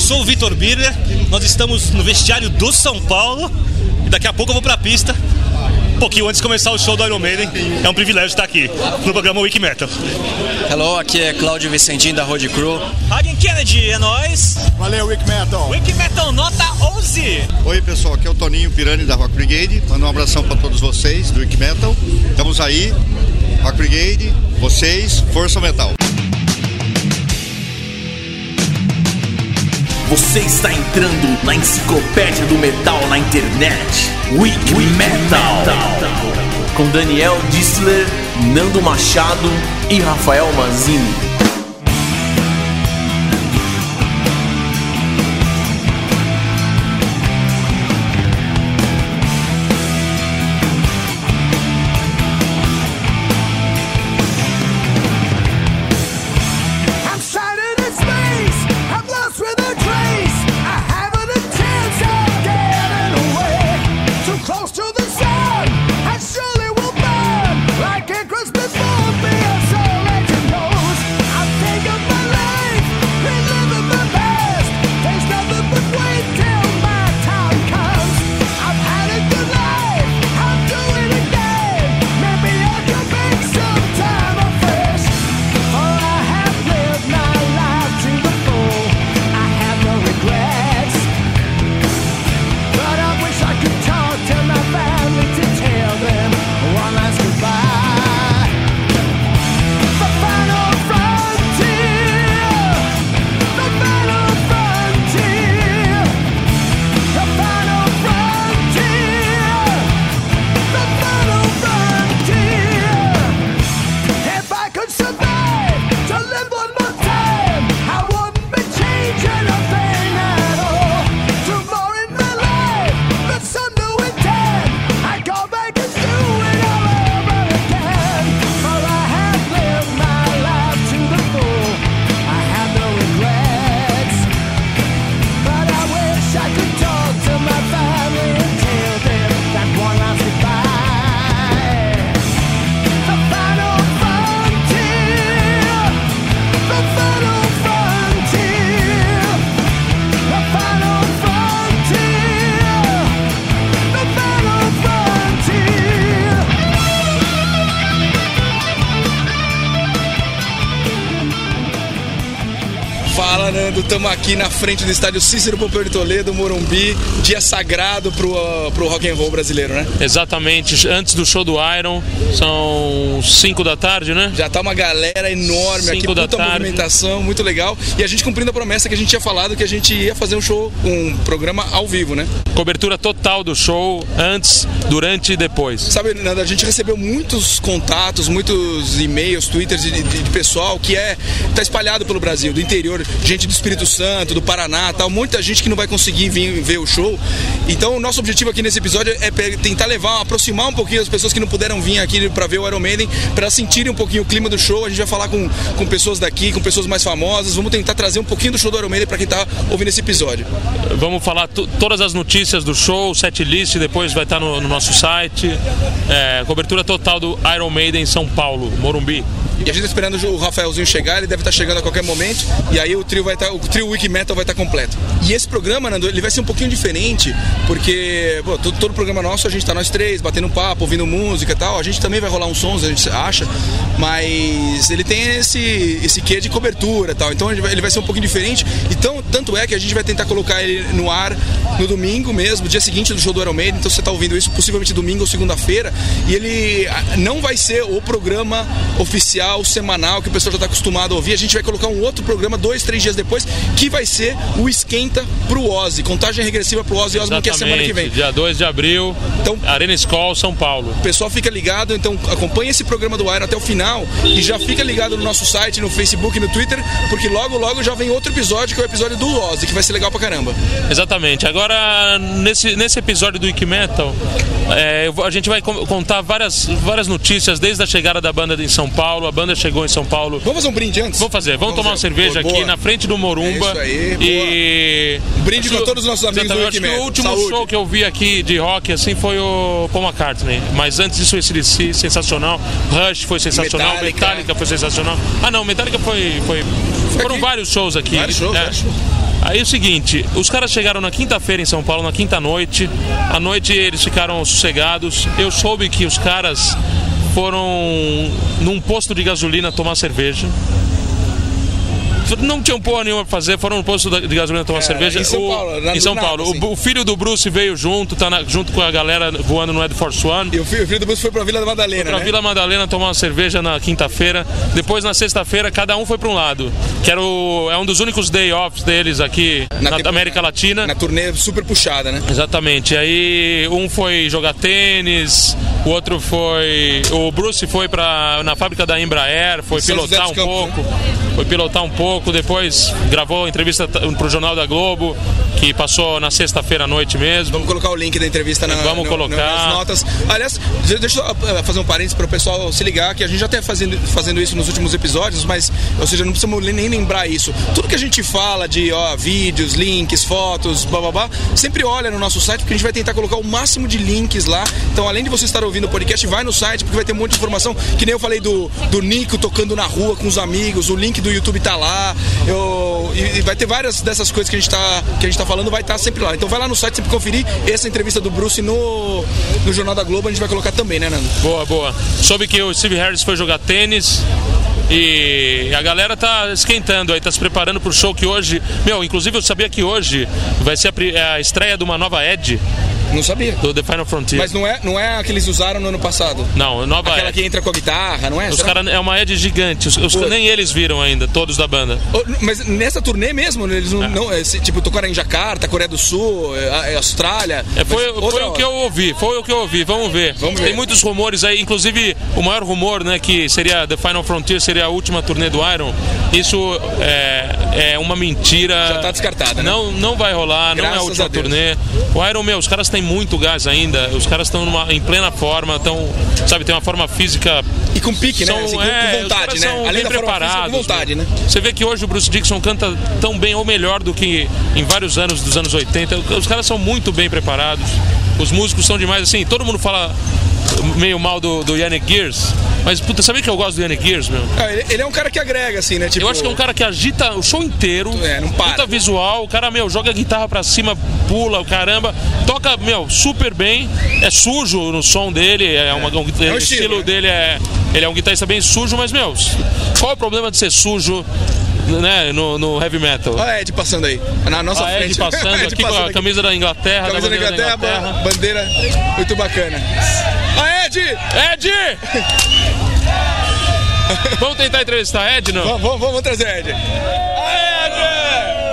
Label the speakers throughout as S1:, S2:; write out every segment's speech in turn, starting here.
S1: sou o Vitor Birner, nós estamos no vestiário do São Paulo e daqui a pouco eu vou pra pista. Um pouquinho antes de começar o show do Iron Maiden, é um privilégio estar aqui no programa Wiki Metal.
S2: Hello, aqui é Cláudio Vicentim da Road Crew.
S3: Hagen Kennedy, é nóis.
S4: Valeu, Wick Metal.
S3: Wiki Metal Nota 11.
S4: Oi, pessoal, aqui é o Toninho Pirani da Rock Brigade. Manda um abração para todos vocês do Wick Metal. Estamos aí, Rock Brigade, vocês, Força Metal.
S5: Você está entrando na enciclopédia do metal na internet. Week, metal. Com Daniel Dissler, Nando Machado e Rafael Mazini.
S6: I'm shining in space. I'm lost without trace. I haven't a chance of getting away. Too close to the sun, I surely will burn like a Christmas fool. Be a solitary nose. I'm taking my life, reliving my past. There's nothing but wait till my time comes. I've had a good life. I'm doing it again. Maybe I can make some time afresh. For I have lived my life to the full. I have no regrets. But I wish I could talk to my family to tell them one last goodbye. The final frontier. The final frontier. The final frontier. The final frontier. If I could survive to live one more time, I wouldn't be changing a thing at all. Tomorrow in my life, the sun will return. I go back and do it all over again. For I have lived my life to the full. I have no regrets. But I wish I could talk to my family and tell them that one last goodbye. The final frontier. The final frontier. The final frontier. The final frontier.
S7: Fala, Nando. Estamos aqui na frente do estádio Cícero Pompeu de Toledo, Morumbi. Dia sagrado pro, ah, pro rock and roll brasileiro, né?
S8: Exatamente, antes do show do Iron, são 5 da tarde, né?
S7: Já tá uma galera enorme aqui,
S8: Cinco da
S7: puta
S8: tarde.
S7: movimentação, muito legal. E a gente cumprindo a promessa que a gente tinha falado que a gente ia fazer um show, um programa ao vivo, né?
S8: Cobertura total do show, antes, durante e depois.
S7: Sabe, Nando, a gente recebeu muitos contatos, muitos e-mails, twitters de, de- de pessoal que é tá espalhado pelo Brasil, do interior, gente do Espírito Santo, do Paraná, tal, muita gente que não vai conseguir vir ver o show. Então, o nosso objetivo aqui nesse episódio é pe- tentar levar, aproximar um pouquinho as pessoas que não puderam vir aqui para ver o Iron Maiden, para sentirem um pouquinho o clima do show. A gente vai falar com, com pessoas daqui, com pessoas mais famosas. Vamos tentar trazer um pouquinho do show do Iron Maiden para quem tá ouvindo esse episódio.
S8: Vamos falar to- todas as notícias do show, set list, depois vai estar no, no nosso site. É, cobertura total do Iron Maiden em São Paulo, Morumbi.
S7: E a gente tá esperando o Rafaelzinho chegar, ele deve estar chegando a qualquer momento, e aí o trio vai estar, o trio Wiki Metal vai estar completo. E esse programa, Nando, ele vai ser um pouquinho diferente, porque pô, todo, todo programa nosso a gente tá nós três, batendo papo, ouvindo música e tal, a gente também vai rolar uns sons, a gente acha, mas ele tem esse, esse quê de cobertura e tal, então ele vai, ele vai ser um pouquinho diferente, então tanto é que a gente vai tentar colocar ele no ar no domingo mesmo, dia seguinte do show do Iron Maiden, então você tá ouvindo isso possivelmente domingo ou segunda-feira, e ele ah, não vai ser o programa oficial, semanal, que o pessoal já está acostumado a ouvir. A gente vai colocar um outro programa dois, três dias depois, que vai ser o Esquenta pro Ozzy, contagem regressiva pro Ozzy Osbourne, que é semana que vem.
S8: Dia 2 de abril,
S7: Então-
S8: Arena Skol, São Paulo.
S7: O pessoal fica ligado, então acompanha esse programa do Iron até o final e já fica ligado no nosso site, no Facebook, no Twitter, porque logo, logo já vem outro episódio, que é o episódio do Ozzy, que vai ser legal pra caramba.
S8: Exatamente. Agora, nesse, nesse episódio do Wiki Metal, é, eu vou- a gente vai con- contar várias, várias notícias, desde a chegada da banda em São Paulo. A banda chegou em São Paulo
S7: Vamos fazer um brinde antes?
S8: Vamos fazer, vamos, tomar uma cerveja
S7: Boa,
S8: aqui
S7: boa.
S8: na frente do Morumba.
S7: É isso aí, Um
S8: e.
S7: Brinde
S8: Acho-
S7: com todos os nossos amigos
S8: Exatamente,
S7: do
S8: acho que é
S7: Wikimedia.
S8: o último
S7: Saúde.
S8: show que eu vi aqui de rock assim foi o Paul McCartney. Mas antes disso, esse DC sensacional. Rush foi sensacional.
S7: Metallica. é.
S8: Metallica, foi sensacional. Ah, não, Metallica foi. foi- foram
S7: aqui.
S8: vários shows aqui.
S7: Vários shows,
S8: É.
S7: vários shows.
S8: Aí é o seguinte, os caras chegaram na quinta-feira em São Paulo, na quinta-noite. À noite eles ficaram sossegados. Eu soube que os caras foram num posto de gasolina tomar cerveja. Não tinham porra nenhuma pra fazer, foram no posto da- de gasolina tomar cerveja.
S7: É, em São
S8: O-
S7: Paulo, na-
S8: em São
S7: do nada,
S8: Paulo. O
S7: assim.
S8: bu- O, filho do Bruce veio junto, tá na- junto com a galera voando no Air Force One.
S7: E o filho, o filho do Bruce foi pra Vila da Madalena,
S8: Pra
S7: né?
S8: Vila Madalena tomar uma cerveja na quinta-feira. Depois, na sexta-feira, cada um foi pra um lado. Que era o, é um dos únicos day offs deles aqui na,
S7: tempo-
S8: América Latina.
S7: Na turnê super puxada, né?
S8: Exatamente. Aí um foi jogar tênis, o outro foi. O Bruce foi pra, na fábrica da Embraer, foi
S7: São José
S8: pilotar
S7: dos
S8: um
S7: Campos,
S8: pouco. Foi pilotar um pouco, depois gravou entrevista t- pro Jornal da Globo, que passou na sexta-feira à noite mesmo.
S7: Vamos colocar o link da entrevista na,
S8: Vamos colocar.
S7: nas notas. Aliás, de- deixa eu eh, fazer um parênteses para o pessoal se ligar, que a gente já está fazendo, fazendo isso nos últimos episódios, mas, ou seja, não precisamos nem lembrar isso. Tudo que a gente fala de ó, vídeos, links, fotos, blá blá blá, sempre olha no nosso site, porque a gente vai tentar colocar o máximo de links lá. Então, além de você estar ouvindo o podcast, vai no site, porque vai ter um monte de informação. Que nem eu falei do, do Nico tocando na rua com os amigos, o link do YouTube tá lá. Eu, e, e vai ter várias dessas coisas que a gente tá, que a gente tá falando, vai estar sempre lá. Então vai lá no site sempre conferir essa entrevista do Bruce no, no Jornal da Globo, a gente vai colocar também, né, Nando?
S8: Boa, boa. Soube que o Steve Harris foi jogar tênis. E a galera tá esquentando aí, tá se preparando pro show que hoje. Meu, inclusive eu sabia que hoje vai ser a, pri- a estreia de uma nova Ed
S7: Não sabia.
S8: do The Final Frontier.
S7: Mas não é, não é a que eles usaram no ano passado.
S8: Não, nova
S7: Aquela
S8: Ed.
S7: que entra com a guitarra, não é?
S8: Os
S7: Será?
S8: cara, é uma Ed gigante. Os, os-
S7: Putz.
S8: nem eles viram ainda, todos da banda.
S7: Oh, Mas nessa turnê mesmo, eles
S8: É.
S7: não. não, eh, se- tipo, tocaram em Jacarta, Coreia do Sul, eh, eh, Austrália.
S8: É, foi
S7: Mas
S8: foi
S7: outra
S8: o
S7: hora.
S8: que eu ouvi, foi o que eu ouvi, vamos ver.
S7: Vamos ver.
S8: Tem muitos rumores aí, inclusive o maior rumor, né, que seria The Final Frontier, seria a última turnê do Iron. Isso é, é uma mentira.
S7: Já tá descartada, né?
S8: Não, não vai rolar, não é a
S7: Graças
S8: última
S7: a Deus.
S8: turnê. O Iron, meu, os caras têm muito gás ainda, os caras estão numa- em plena forma, estão, sabe, tem uma forma física
S7: E com pique, né? Assim, com,
S8: é,
S7: com
S8: os caras
S7: vontade, né?
S8: são
S7: Além
S8: bem
S7: da forma física, com
S8: preparados,
S7: vontade, né?
S8: meu. Você vê que hoje o Bruce Dixon canta tão bem ou melhor do que em vários anos dos anos 80. Os caras são muito bem preparados. Os músicos são demais. Assim, todo mundo fala meio mal do, do Yannick Gears. Mas, puta, sabia que eu gosto do Yannick Gears, meu?
S7: Ah, ele, ele é um cara que agrega, assim, né? Tipo,
S8: Eu acho que é um cara que agita o show inteiro.
S7: É, não para.
S8: Puta visual. O cara, meu, joga a guitarra pra cima, pula, o caramba. Toca, meu, super bem. É sujo no som dele. É, uma, um-
S7: um
S8: o
S7: estilo,
S8: estilo
S7: né?
S8: dele é... Ele é um guitarrista bem sujo, mas, meu... Qual é o problema de ser sujo, né, no, no heavy metal?
S7: Olha a Ed passando aí, na nossa
S8: a Ed
S7: frente.
S8: passando
S7: Ed
S8: aqui com
S7: passando
S8: a camisa da Inglaterra,
S7: Camisa da
S8: da bandeira
S7: Inglaterra, ba- bandeira muito bacana. A Ed!
S8: Ed! Vamos tentar entrevistar a Ed, não?
S7: Vamos, vamos, vamos trazer a Ed. A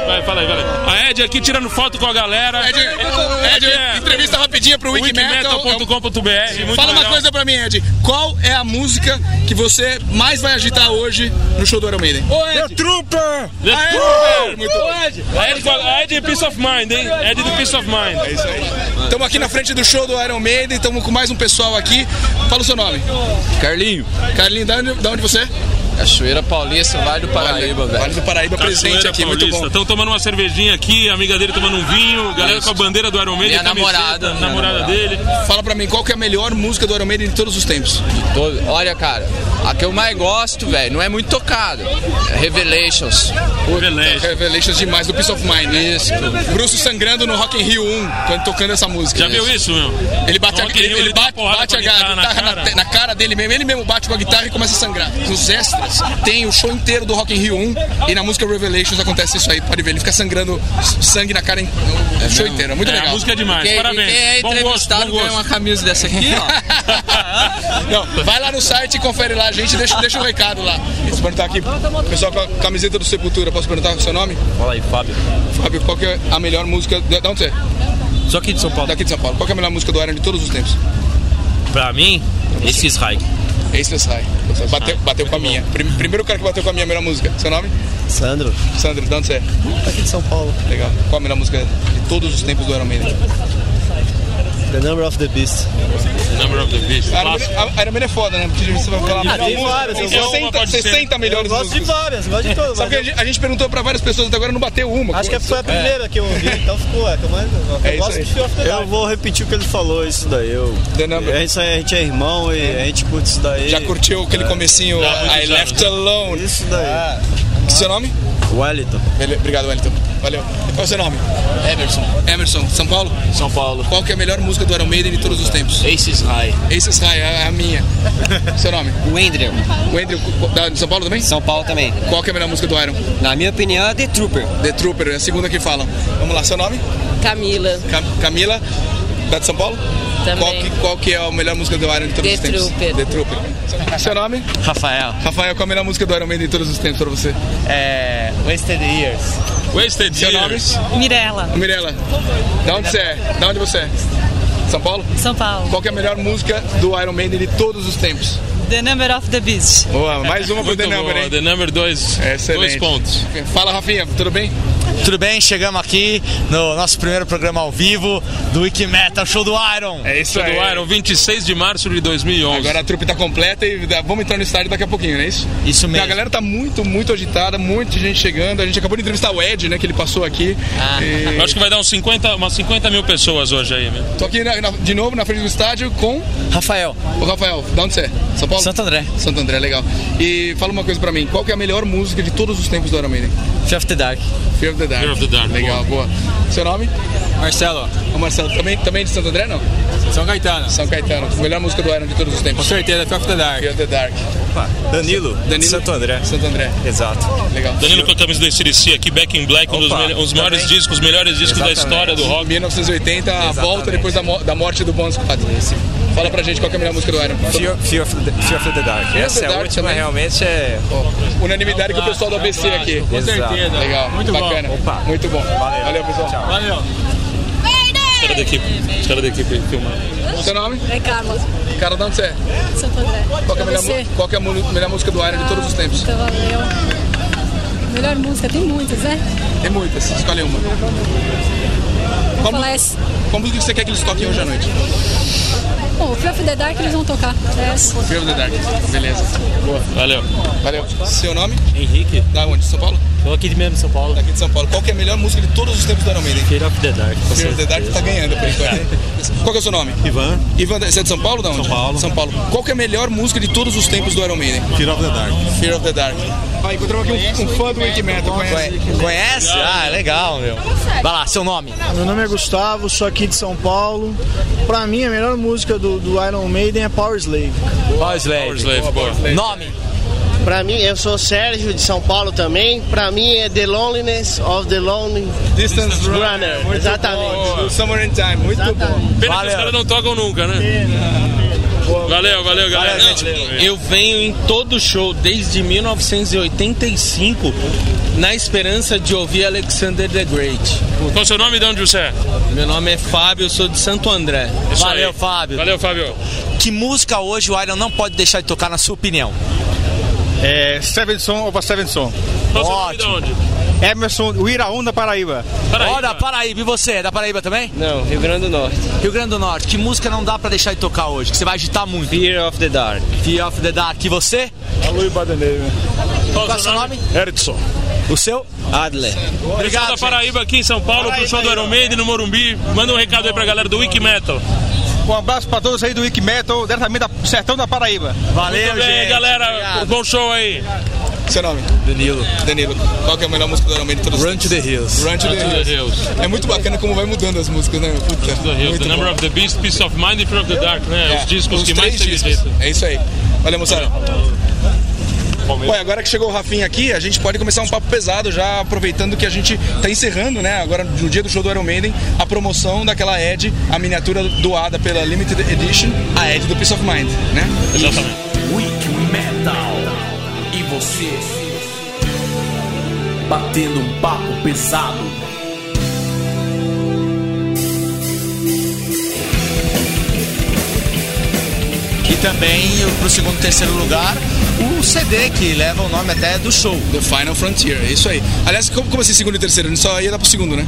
S8: Vai, fala aí, fala aí. A Ed aqui tirando foto com a galera.
S7: Ed! Ed,
S8: é-
S7: entrevista rapidinha pro Wikimetal. é um-
S8: wikimetal.com.br. muito
S7: Fala uma
S8: legal.
S7: coisa pra mim, Ed. Qual é a música que você mais vai agitar hoje no show do Iron Maiden?
S9: É
S8: The
S7: Aê,
S8: Trooper!
S7: muito bom.
S8: A Ed, com a- a Ed é Peace of Mind, hein? Ed do Peace of
S7: É
S8: Mind.
S7: Estamos aqui na frente do show do Iron Maiden, estamos com mais um pessoal aqui. Fala o seu nome.
S2: Carlinho, É
S7: Carlinho, da onde, da onde você? é?
S2: Cachoeira Paulista, Vale do Paraíba,
S7: Vale
S2: velho.
S7: do Paraíba presente aqui, muito bom.
S8: Estão tomando uma cervejinha aqui, a amiga dele tomando um vinho, galera com a bandeira do Iron Maiden,
S2: Minha
S8: camiseta,
S2: namorada. Minha
S8: namorada
S2: namorada.
S8: dele.
S7: Fala pra mim, qual que é a melhor música do Iron Maiden de todos os tempos?
S2: Todo- Olha, cara, a que eu mais gosto, velho, não é muito tocado. É Revelations.
S8: Beleza.
S7: Revelations demais, do Peace of Mind, né?
S2: Isso.
S7: Bruce sangrando no Rock in Rio 1, quando tocando essa música.
S8: Já viu isso, meu?
S7: Ele bate, a,
S8: Rock in
S7: ele,
S8: Rio,
S7: ele
S8: ele dá
S7: bate,
S8: uma porrada
S7: bate
S8: com
S7: a
S8: a guitarra
S7: guitarra
S8: na
S7: na,
S8: cara.
S7: na cara dele mesmo, ele mesmo bate com a guitarra e começa a sangrar. Nos extras tem o show inteiro do Rock in Rio 1 e na música Revelations acontece isso aí, pode ver, ele fica sangrando s- sangue na cara em- o show inteiro, é muito
S8: É,
S7: legal.
S8: a música é demais,
S2: Quem,
S8: parabéns.
S2: quem é
S8: bom gosto, bom
S2: entrevistado ganha uma
S8: gosto.
S2: camisa dessa aqui, ó.
S7: Não, vai lá no site e confere lá, gente, deixa, deixa o recado lá. Posso perguntar aqui, pessoal com a camiseta do Sepultura, posso perguntar o seu nome?
S10: Fala aí, Fábio.
S7: Fábio, qual que é a melhor música, da da onde você é?
S10: Só aqui de São Paulo.
S7: Daqui de São Paulo, qual que é a melhor música do Iron de todos os tempos?
S10: Pra mim, esse é Israel.
S7: Ace Sai. é Bateu, bateu com a minha. Prim- Primeiro cara que bateu com a minha melhor música. Seu nome?
S11: Sandro,
S7: Sandro, de onde você é?
S11: aqui de São Paulo.
S7: Legal. Qual a melhor música de todos os tempos do Iron Maiden?
S11: The Number of the Beast.
S8: Number of the Beast.
S7: Iron Maiden,
S8: clássico.
S7: a- Iron Maiden é foda, né? Porque você vai falar
S11: Ah, tem várias,
S7: tem
S11: tem
S7: 60,
S8: uma, pode ser.
S7: 60 melhores
S11: Gosto de
S7: músicas.
S11: várias, gosto de todas.
S7: Sabe que a
S11: mas
S7: gente, a gente perguntou pra várias pessoas até agora não bateu uma.
S11: Acho que foi a primeira que eu ouvi, então ficou. É, que eu mais- eu
S7: É isso
S11: gosto
S7: aí.
S11: de Fear of the Dark. Eu vou repetir o que ele falou, isso daí. Eu...
S7: The Number.
S11: É isso aí, a gente é irmão e a gente curte isso daí.
S8: É.
S12: É.
S7: Já curtiu aquele comecinho I Left Alone. Ah.
S11: Isso daí.
S7: Seu nome?
S13: Wellington.
S7: obrigado, Wellington. Valeu. Qual é o seu nome? Emerson. Emerson, São Paulo? São Paulo. Qual que é a melhor música do Iron Maiden de todos os tempos? Aces High. Aces High, é a minha. seu nome? O Andrew. O Andrew, da- de São Paulo também? São Paulo também. Qual que é a melhor música do Iron? Na minha opinião, é The Trooper. The Trooper, é a segunda que falam. Vamos lá, seu nome?
S14: Camila.
S7: Cam- Camila, da de São Paulo? Também. Qual que, qual que é a melhor música do Iron de todos
S14: The
S7: os tempos?
S14: Trooper.
S7: The Trooper. Seu nome? Rafael. Rafael, qual é a melhor música do Iron Maiden de todos os tempos pra você? É... Wasted Years. Wasted Seu
S8: Years.
S7: nome? Mirella. Mirella. Da onde você é? Da onde você é? São Paulo? São Paulo. Qual que é a melhor música do Iron Maiden de todos os tempos?
S15: The Number of the Beast.
S7: Boa, mais uma pro The Number, hein? The Number 2. Excelente.
S8: dois pontos.
S7: Fala, Rafinha, tudo bem?
S9: Tudo bem, chegamos aqui no nosso primeiro programa ao vivo do Wiki Metal Show do Iron.
S7: É isso aí.
S8: Iron, 26 de março de 2011.
S7: Agora a trupe tá completa e dá- vamos entrar no estádio daqui a pouquinho, não é isso? Isso
S9: mesmo.
S7: A galera tá muito, muito agitada, muita gente chegando. A gente acabou de entrevistar o Ed, né, que ele passou aqui.
S8: Ah.
S7: E-
S8: Eu acho que vai dar uns 50, umas 50 mil pessoas hoje aí, né?
S7: Tô aqui na- na- de novo na frente do estádio com. Rafael. Ô Rafael, da onde você é? São Paulo? Santo André. Santo André, legal. E fala uma coisa pra mim: qual que é a melhor música de todos os tempos do Iron Maiden? Fear of the Dark. Fear of the Dark.
S8: Fear of the Dark,
S7: Legal, boa. Seu nome? Marcelo. O Marcelo, também, também é de Santo André, não? São Caetano. São Caetano. Melhor música do Iron de todos os tempos. Com certeza, Fear of the Dark. Fear of the Dark.
S13: Danilo, Santo André.
S7: Santo André.
S13: Exato.
S7: Legal.
S8: Danilo com a camisa do ACDC aqui, Back in Black, um dos
S7: Opa,
S8: melho- um dos maiores
S7: também.
S8: discos, os melhores discos da história do rock.
S7: 1980, a volta depois da, mo- da morte do Bon Scott. Fala pra gente qual que é a melhor música do Iron.
S12: Fear, Fear of the, Fear of the Dark.
S7: Fear of
S12: Essa
S7: the
S12: é a
S7: Dark
S12: última,
S7: também.
S12: realmente é.
S7: Unanimidade com o pessoal do ABC aqui.
S12: Com certeza.
S7: Legal.
S12: Muito bom.
S7: bacana. Muito bom. Valeu, pessoal. Valeu.
S8: Os caras da equipe, os caras da equipe filmando.
S7: Seu nome? É Carlos. Cara, de onde você é?
S6: Santo André.
S7: Qual que é a melhor,
S6: Você.
S7: mu- qual que é a mu- melhor música do Iron de todos os tempos?
S6: Então, valeu. Melhor música, tem muitas, né?
S7: Tem muitas, escolhe uma. Qual, mu- qual música que você quer que eles toquem hoje à noite?
S6: Bom, o Fear of the Dark eles vão tocar.
S16: É.
S6: Yes.
S7: Fear of the Dark. Beleza. Boa.
S8: Valeu.
S7: Valeu. Seu nome? Henrique. Da onde? São Paulo? Tô aqui de mesmo, São Paulo. Daqui de São Paulo. Qual que é a melhor música de todos os tempos do Iron Maiden? Fear of the Dark.
S13: com
S7: Fear of the Dark
S13: certeza.
S7: tá ganhando por enquanto. hein? Qual que é o seu nome? Ivan. Ivan, você é de São Paulo ou da onde? São Paulo. São Paulo. Qual que é a melhor música de todos os tempos do Iron Maiden? Fear of the Dark. Fear of the Dark. Ah, encontramos aqui um, um fã do Wiki Metal, conhece?
S9: Conhece? Ah, legal, meu. Vai lá, seu nome.
S17: Meu nome é Gustavo, sou aqui de São Paulo. Pra mim, a melhor música do, do Iron Maiden é Power Slave.
S9: Power Slave. Nome.
S18: Pra mim, eu sou Sérgio de São Paulo também. Pra mim é The Loneliness of the Lonely
S7: Distance
S18: Runner. Exatamente.
S7: Do Summer in Time. Muito bom.
S8: Pena que os caras não tocam nunca, né? Valeu, valeu, galera.
S19: Não, Eu venho em todo show desde 1985 na esperança de ouvir Alexander the Great.
S8: Qual o seu nome e de onde você é?
S19: Meu nome é Fábio, eu sou de Santo André.
S8: Isso
S9: Valeu,
S8: aí.
S9: Fábio.
S8: Valeu, Fábio.
S9: Que música hoje o Iron não pode deixar de tocar, na sua opinião?
S20: É Seven Son ou Seven Son.
S9: Ótimo.
S20: Emerson Uiraú da Paraíba.
S9: Paraíba. Ó, da Paraíba. E você, é da Paraíba também? Não, Rio Grande do Norte. Rio Grande do Norte. Que música não dá pra deixar de tocar hoje? Que você vai agitar muito. Fear of the Dark. Fear of the Dark. E você? Alui Badeneve. Qual é o seu nome? Edson. O seu? Adler.
S8: Obrigado, da Paraíba aqui em São Paulo, pro show do Iron Maiden no Morumbi. Manda um recado aí pra galera do Wiki Metal.
S20: Um abraço pra todos aí do Wiki Metal, diretamente do Sertão da Paraíba.
S8: Muito bem, galera. Bom show aí.
S7: Seu nome? Danilo. Danilo. Qual que é a melhor música do Iron Maiden de todos os
S8: Run
S7: tempos?
S8: to the Hills.
S7: Run to
S8: Run
S7: the,
S8: to the
S7: hills. É muito bacana como vai mudando as músicas, né? Puta,
S8: The
S7: muito
S8: Number
S7: bom.
S8: of the Beast, Peace of Mind e Fear of the Dark, né?
S7: É,
S8: Os discos
S7: os
S8: que mais
S7: três
S8: teve
S7: discos.
S8: jeito.
S7: É isso aí. Olha, moçada. Ué, agora que chegou o Rafinha aqui, a gente pode começar um papo pesado, já aproveitando que a gente tá encerrando, né? Agora, no dia do show do Iron Maiden, a promoção daquela Ed, a miniatura doada pela Limited Edition, a Ed do Peace of Mind, né?
S8: Exatamente.
S3: Week Metal. E você batendo um papo pesado.
S9: E também pro segundo e terceiro lugar, o CD que leva o nome até do show.
S7: The Final Frontier, é isso aí. Aliás, como, como assim segundo e terceiro? A gente só ia dar pro segundo, né?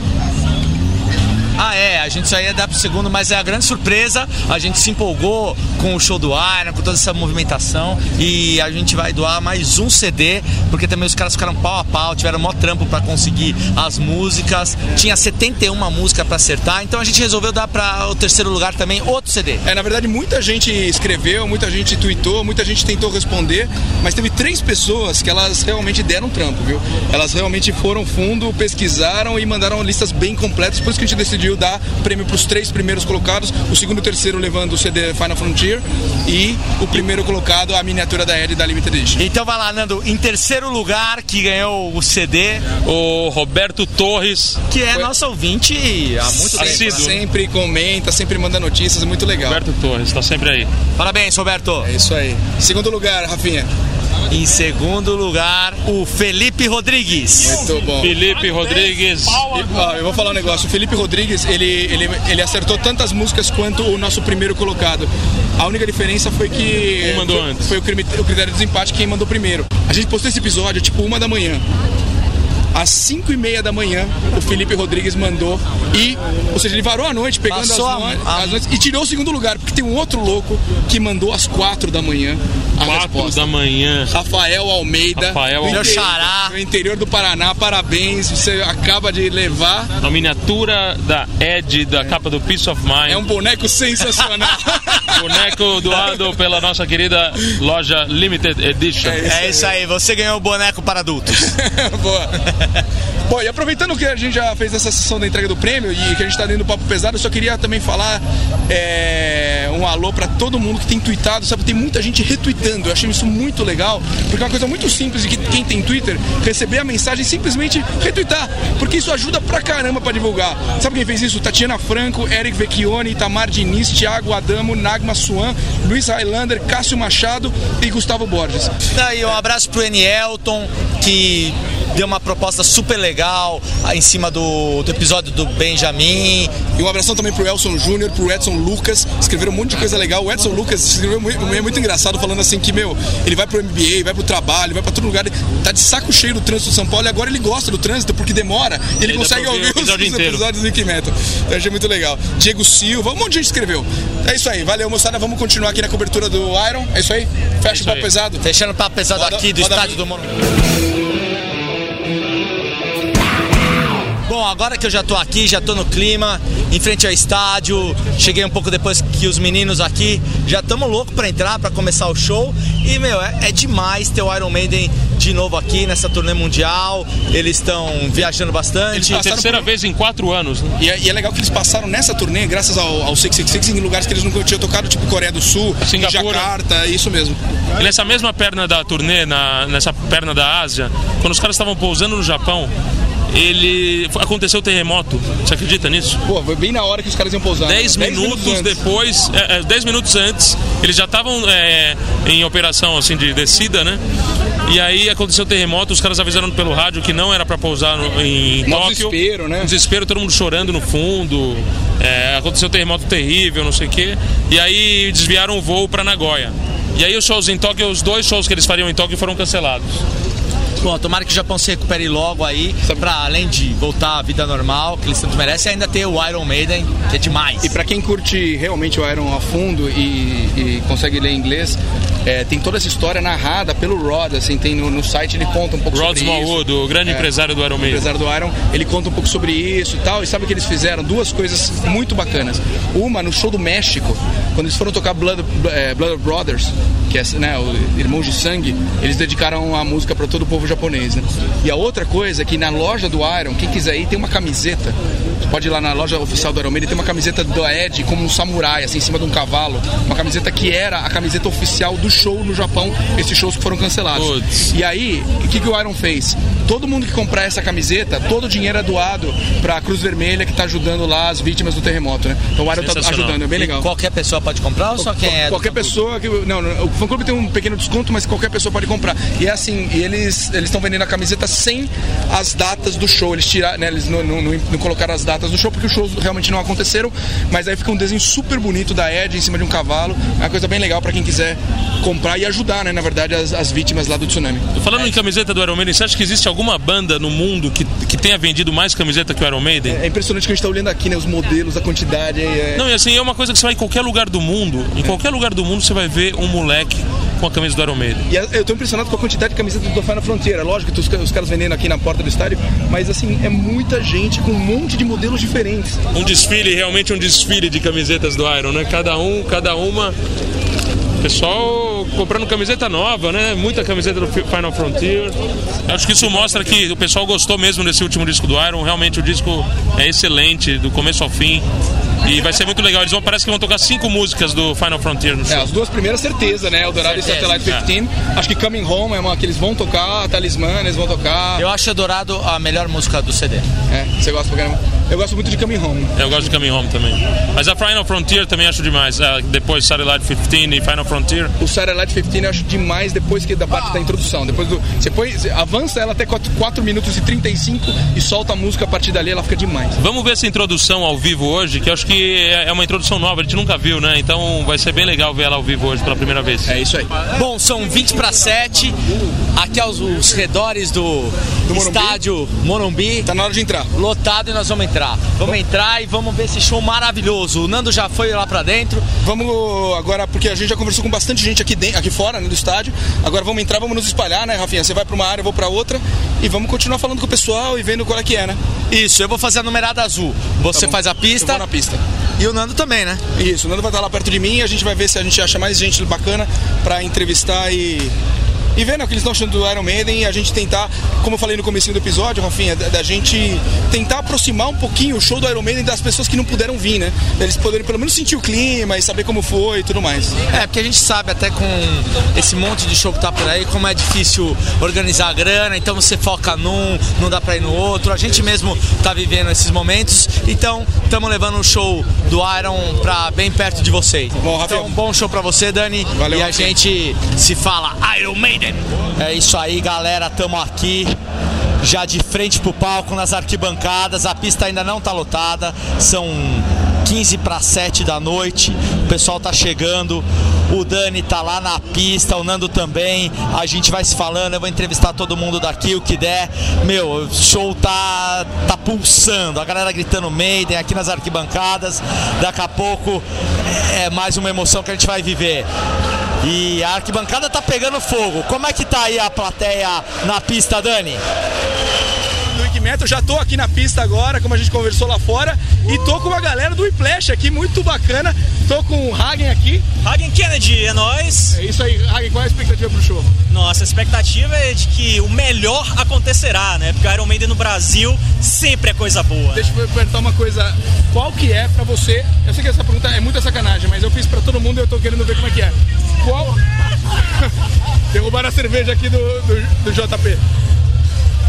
S9: Ah, é, a gente só ia dar pro segundo, mas é a grande surpresa. A gente se empolgou com o show do Iron, com toda essa movimentação. E a gente vai doar mais um CD, porque também os caras ficaram pau a pau, tiveram mó trampo pra conseguir as músicas. Tinha 71 músicas pra acertar, então a gente resolveu dar pra o terceiro lugar também outro CD.
S7: É, na verdade, muita gente escreveu, muita gente tweetou, muita gente tentou responder, mas teve três pessoas que elas realmente deram trampo, viu? Elas realmente foram fundo, pesquisaram e mandaram listas bem completas, por isso que a gente decidiu dar prêmio para os três primeiros colocados, o segundo e o terceiro levando o CD Final Frontier e o primeiro colocado a miniatura da Ellie da Limited Edition.
S9: Então vai lá, Nando, em terceiro lugar que ganhou o CD,
S8: o Roberto Torres.
S9: que é nosso ouvinte há muito tempo.
S8: Assíduo.
S9: né?
S7: Sempre comenta, sempre manda notícias, é muito legal.
S8: Roberto Torres, está sempre aí.
S9: Parabéns, Roberto.
S7: É isso aí. Segundo lugar, Rafinha.
S9: Em segundo lugar, o Felipe Rodrigues.
S7: Muito bom.
S8: Felipe Rodrigues.
S7: Ó, eu vou falar um negócio. O Felipe Rodrigues, ele, ele, ele acertou tantas músicas quanto o nosso primeiro colocado. A única diferença foi que.
S8: Um mandou
S7: foi,
S8: antes.
S7: Foi o, crime- o critério de desempate quem mandou primeiro. A gente postou esse episódio tipo uma da manhã. Às 5 e meia da manhã, o Felipe Rodrigues mandou e, ou seja, ele varou a noite pegando as,
S9: Passou a-
S7: no- as noites e tirou o segundo lugar, porque tem um outro louco que mandou às 4 da manhã a
S8: 4
S7: resposta.
S8: da manhã.
S7: Rafael Almeida.
S8: Rafael
S7: do
S8: Almeida.
S7: interior- Do interior do Paraná, parabéns. Você acaba de levar.
S8: A miniatura da Ed, da capa do Peace of Mind.
S7: É um boneco sensacional.
S8: boneco doado pela nossa querida loja Limited Edition.
S9: É isso aí, você ganhou o boneco para adultos.
S7: Boa. Bom, e aproveitando que a gente já fez essa sessão da entrega do prêmio e que a gente tá dentro do papo pesado, eu só queria também falar é, um alô pra todo mundo que tem tweetado, sabe? Tem muita gente retweetando. Eu achei isso muito legal, porque é uma coisa muito simples de que quem tem Twitter receber a mensagem e simplesmente retweetar, porque isso ajuda pra caramba pra divulgar. Sabe quem fez isso? Tatiana Franco, Eric Vecchione, Itamar Diniz, Thiago Adamo, Nagma Suan, Luiz Highlander, Cássio Machado e Gustavo Borges.
S9: Tá, e um abraço pro Enielton, que deu uma proposta super legal ah, em cima do, do episódio do Benjamin.
S7: E um abração também pro Elson Júnior, pro Edson Lucas, escreveram um monte de coisa legal. O Edson Lucas escreveu muito, é muito engraçado, falando assim que, meu, ele vai pro MBA, vai pro trabalho, vai pra todo lugar, ele tá de saco cheio do trânsito de São Paulo e agora ele gosta do trânsito porque demora e
S8: Ele
S7: ele
S8: dá
S7: consegue
S9: tá
S8: pra ouvir
S7: ouvir
S8: o
S7: os,
S8: episódio
S7: os
S8: inteiro.
S7: episódios do Iquimeto. Eu achei muito legal. Diego Silva, um monte de gente escreveu. É isso aí, valeu moçada, vamos continuar aqui na cobertura do Iron. É isso aí, fecha o papo pesado.
S9: Fechando o papo pesado
S7: Roda-
S9: aqui do
S7: roda a
S9: estádio do Monumento. Bom, agora que eu já tô aqui, já tô no clima, em frente ao estádio, cheguei um pouco depois que os meninos aqui, já estamos louco pra entrar, pra começar o show. E, meu, é, é demais ter o Iron Maiden de novo aqui nessa turnê mundial. Eles estão viajando bastante.
S8: Terceira vez em quatro anos. Né?
S7: E é, e é legal que eles passaram nessa turnê, graças ao, ao 666, em lugares que eles nunca tinham tocado, tipo Coreia do Sul,
S8: Singapura.
S7: Jacarta, é isso mesmo.
S8: E nessa mesma perna da turnê, na- nessa perna da Ásia, quando os caras estavam pousando no Japão, ele aconteceu o terremoto. Você acredita nisso?
S7: Pô, foi bem na hora que os caras iam pousar. né?
S8: 10 minutos, depois, 10 minutos antes, eles já estavam é, em operação assim de descida, né? E aí aconteceu o terremoto, os caras avisaram pelo rádio que não era pra pousar no- em
S7: Mó
S8: Tóquio. um
S7: desespero, né?
S8: Desespero, todo mundo chorando no fundo. É, aconteceu um terremoto terrível, não sei o quê. E aí desviaram o voo pra Nagoya. E aí os shows em Tóquio, os dois shows que eles fariam em Tóquio foram cancelados.
S9: Bom, tomara que o Japão se recupere logo aí, pra além de voltar à vida normal, que eles tanto merecem, ainda ter o Iron Maiden, que é demais.
S7: E pra quem curte realmente o Iron a fundo e, e consegue ler inglês, é, tem toda essa história narrada pelo Rod, assim, tem no, no site, ele conta um pouco
S8: Rod
S7: sobre
S8: Smallwood,
S7: isso. É,
S8: o grande empresário do Iron Maiden.
S7: empresário do Iron, ele conta um pouco sobre isso e tal, e sabe o que eles fizeram? Duas coisas muito bacanas. Uma, no show do México, quando eles foram tocar Blood, eh, Blood of Brothers, que é né, o Irmãos de Sangue, eles dedicaram a música para todo o povo japonês. Né? E a outra coisa é que na loja do Iron, quem quiser ir, tem uma camiseta. Você pode ir lá na loja oficial do Iron Maiden, tem uma camiseta do Ed como um samurai, assim, em cima de um cavalo. Uma camiseta que era a camiseta oficial do show no Japão, esses shows que foram cancelados. E aí, o que, que o Iron fez? Todo mundo que comprar essa camiseta, todo o dinheiro é doado pra Cruz Vermelha, que tá ajudando lá as vítimas do terremoto, né? Então o Iron tá
S9: Sensacional.
S7: ajudando, é bem
S9: E
S7: legal.
S9: qualquer pessoa pode comprar ou só quem é do
S7: Qualquer pessoa que. Não, não, o fã clube tem um pequeno desconto, mas qualquer pessoa pode comprar. E é assim, e eles eles estão vendendo a camiseta sem as datas do show. Eles tiraram, né, eles não, não- não- não colocaram as datas do show porque os shows realmente não aconteceram, mas aí fica um desenho super bonito da Ed em cima de um cavalo. É uma coisa bem legal para quem quiser comprar e ajudar, né, na verdade, as, as vítimas lá do tsunami.
S8: Falando em camiseta do Iron Maiden, você acha que existe alguma banda no mundo que, que tenha vendido mais camiseta que o Iron Maiden?
S7: É impressionante que a gente tá olhando aqui, né, os modelos, a quantidade. é-
S8: Não, e assim, é uma coisa que você vai em qualquer lugar do mundo, em qualquer lugar do mundo você vai ver um moleque com a camisa do Iron Maiden.
S7: E eu tô impressionado com a quantidade de camisetas do Final Frontier. É Lógico que os, os caras vendendo aqui na porta do estádio, mas assim, é muita gente com um monte de modelos diferentes.
S8: Um desfile, realmente um desfile de camisetas do Iron, né? Cada um, cada uma. Pessoal comprando camiseta nova, né? Muita camiseta do Fi- Final Frontier. Acho que isso mostra que o pessoal gostou mesmo desse último disco do Iron. Realmente o disco é excelente, do começo ao fim. E vai ser muito legal. Eles vão, parece que vão tocar cinco músicas do Final Frontier no
S7: É,
S8: show.
S7: as duas primeiras, certeza, né? Eldorado e
S8: Certeza,
S7: Satellite 15. Acho que Coming Home é uma que eles vão tocar, Talismã, eles vão tocar.
S9: Eu acho Eldorado a melhor música do CD.
S7: É, você gosta pra caramba. Eu gosto muito de Coming Home.
S8: Eu gosto de Coming Home também. Mas a Final Frontier também acho demais. Ah, depois Satellite 15 e Final Frontier.
S7: O Satellite é 15 eu acho demais depois que da parte da introdução. Depois do. Você põe. você avança ela até 4, minutos e 35 e solta a música a partir dali, ela fica demais.
S8: Vamos ver essa introdução ao vivo hoje, que eu acho que é é uma introdução nova, a gente nunca viu, né? Então vai ser bem legal ver ela ao vivo hoje pela primeira vez. É
S7: isso aí.
S9: Bom, são 20 para 7, aqui aos os redores do, estádio Morumbi.
S7: Tá na hora de entrar.
S9: Lotado e nós vamos entrar. Vamos entrar e vamos ver esse show maravilhoso. O Nando já foi lá para dentro.
S7: Vamos agora, porque a gente já conversou com bastante gente aqui, dentro, aqui fora, né, do estádio. Agora vamos entrar, vamos nos espalhar, né, Rafinha? Você vai pra uma área, eu vou pra outra. E vamos continuar falando com o pessoal e vendo qual é que é, né? Tá
S9: Isso, eu vou fazer a numerada azul. Você faz a pista.
S7: Eu vou na pista.
S9: E o Nando também, né?
S7: Isso, o Nando vai estar lá perto de mim e a gente vai ver se a gente acha mais gente bacana pra entrevistar e. E vendo o que eles estão achando do Iron Maiden e a gente tentar, como eu falei no comecinho do episódio, Rafinha, da, da gente tentar aproximar um pouquinho o show do Iron Maiden das pessoas que não puderam vir, né? Eles poderem pelo menos sentir o clima e saber como foi e tudo mais.
S9: É, porque a gente sabe até com esse monte de show que tá por aí, como é difícil organizar a grana, então você foca num, não dá pra ir no outro. A gente mesmo tá vivendo esses momentos, então estamos levando o show do Iron pra bem perto de vocês. Bom, então, bom show pra você, Dani. Valeu, e a gente se fala Iron Maiden. É isso aí, galera, tamo aqui. Já de frente pro palco, nas arquibancadas, a pista ainda não tá lotada, são 15 para 7 da noite, o pessoal tá chegando, o Dani tá lá na pista, o Nando também, a gente vai se falando, eu vou entrevistar todo mundo daqui, o que der. Meu, o show tá, tá pulsando, a galera gritando Maiden aqui nas arquibancadas, daqui a pouco é mais uma emoção que a gente vai viver. E a arquibancada tá pegando fogo. Como é que tá aí a plateia na pista, Dani?
S7: do Wikimeta, eu já tô aqui na pista agora, como a gente conversou lá fora, e tô com uma galera do Whiplash aqui, muito bacana. Tô com o Hagen aqui.
S3: Hagen Kennedy, é nóis.
S7: É isso aí, Hagen, qual é a expectativa pro show?
S3: Nossa, a expectativa é de que o melhor acontecerá, né? Porque o Iron Maiden no Brasil sempre é coisa boa.
S7: Deixa eu perguntar uma coisa, qual que é pra você? Eu sei que essa pergunta é muita sacanagem, mas eu fiz pra todo mundo e eu tô querendo ver como é que é. Qual. Derrubaram a cerveja aqui do, do, do JP.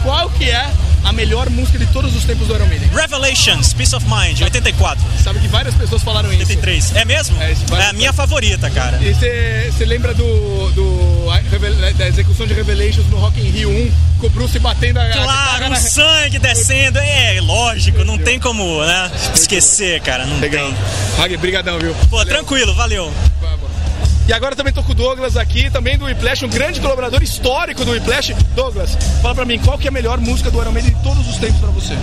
S7: Qual que é a melhor música de todos os tempos do Iron Maiden?
S3: Revelations, Peace of Mind, 84.
S7: Sabe que várias pessoas falaram isso.
S3: 83. É mesmo? É, a minha favorita, cara.
S7: E você lembra do, do- da execução de Revelations no Rock in Rio 1, com o Bruce batendo a
S3: Claro,
S7: guitarra
S3: um
S7: na-
S3: sangue descendo. É, lógico, não tem como, né? Esquecer, cara, não tem.
S7: Hag, brigadão, viu?
S3: Pô, tranquilo, valeu.
S7: E agora também tô com o Douglas aqui, também do Whiplash, um grande colaborador histórico do Whiplash. Douglas, fala pra mim, qual que é a melhor música do Iron Maiden de todos os tempos pra você?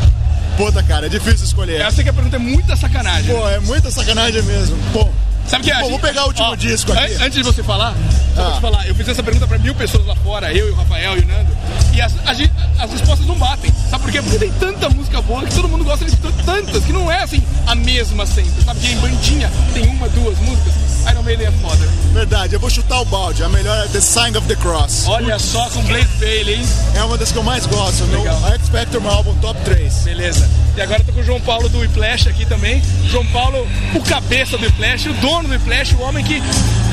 S6: Puta, cara, é difícil escolher.
S7: Eu sei que a pergunta é muita sacanagem. né?
S6: Pô, é muita sacanagem mesmo. Pô.
S7: Sabe o que é?
S6: Pô, vou pegar o último
S7: Ó,
S6: disco
S7: an-
S6: aqui.
S7: Antes de você falar, só vou
S6: Ah.
S7: te falar, eu fiz essa pergunta pra mil pessoas lá fora, eu e o Rafael e o Nando, e as, a gente- as respostas não batem. Sabe por quê? Porque tem tanta música boa que todo mundo gosta de t- tantas, que não é assim a mesma sempre. Sabe que em bandinha tem uma, duas músicas? Iron Maiden é foda.
S6: Verdade, eu vou chutar o balde. A melhor é The Sign of the Cross.
S7: Olha só com Blaze Bailey, hein?
S6: É uma das que eu mais gosto. Meu X Factor meu álbum top 3.
S7: Beleza. E agora eu tô com o João Paulo do Whiplash aqui também. João Paulo, o cabeça do Whiplash, o dono do Whiplash, o homem que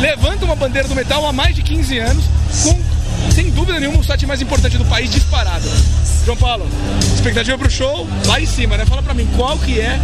S7: levanta uma bandeira do metal há mais de 15 anos, com, sem dúvida nenhuma, o site mais importante do país disparado. João Paulo, expectativa pro show lá em cima, né? Fala pra mim, qual que é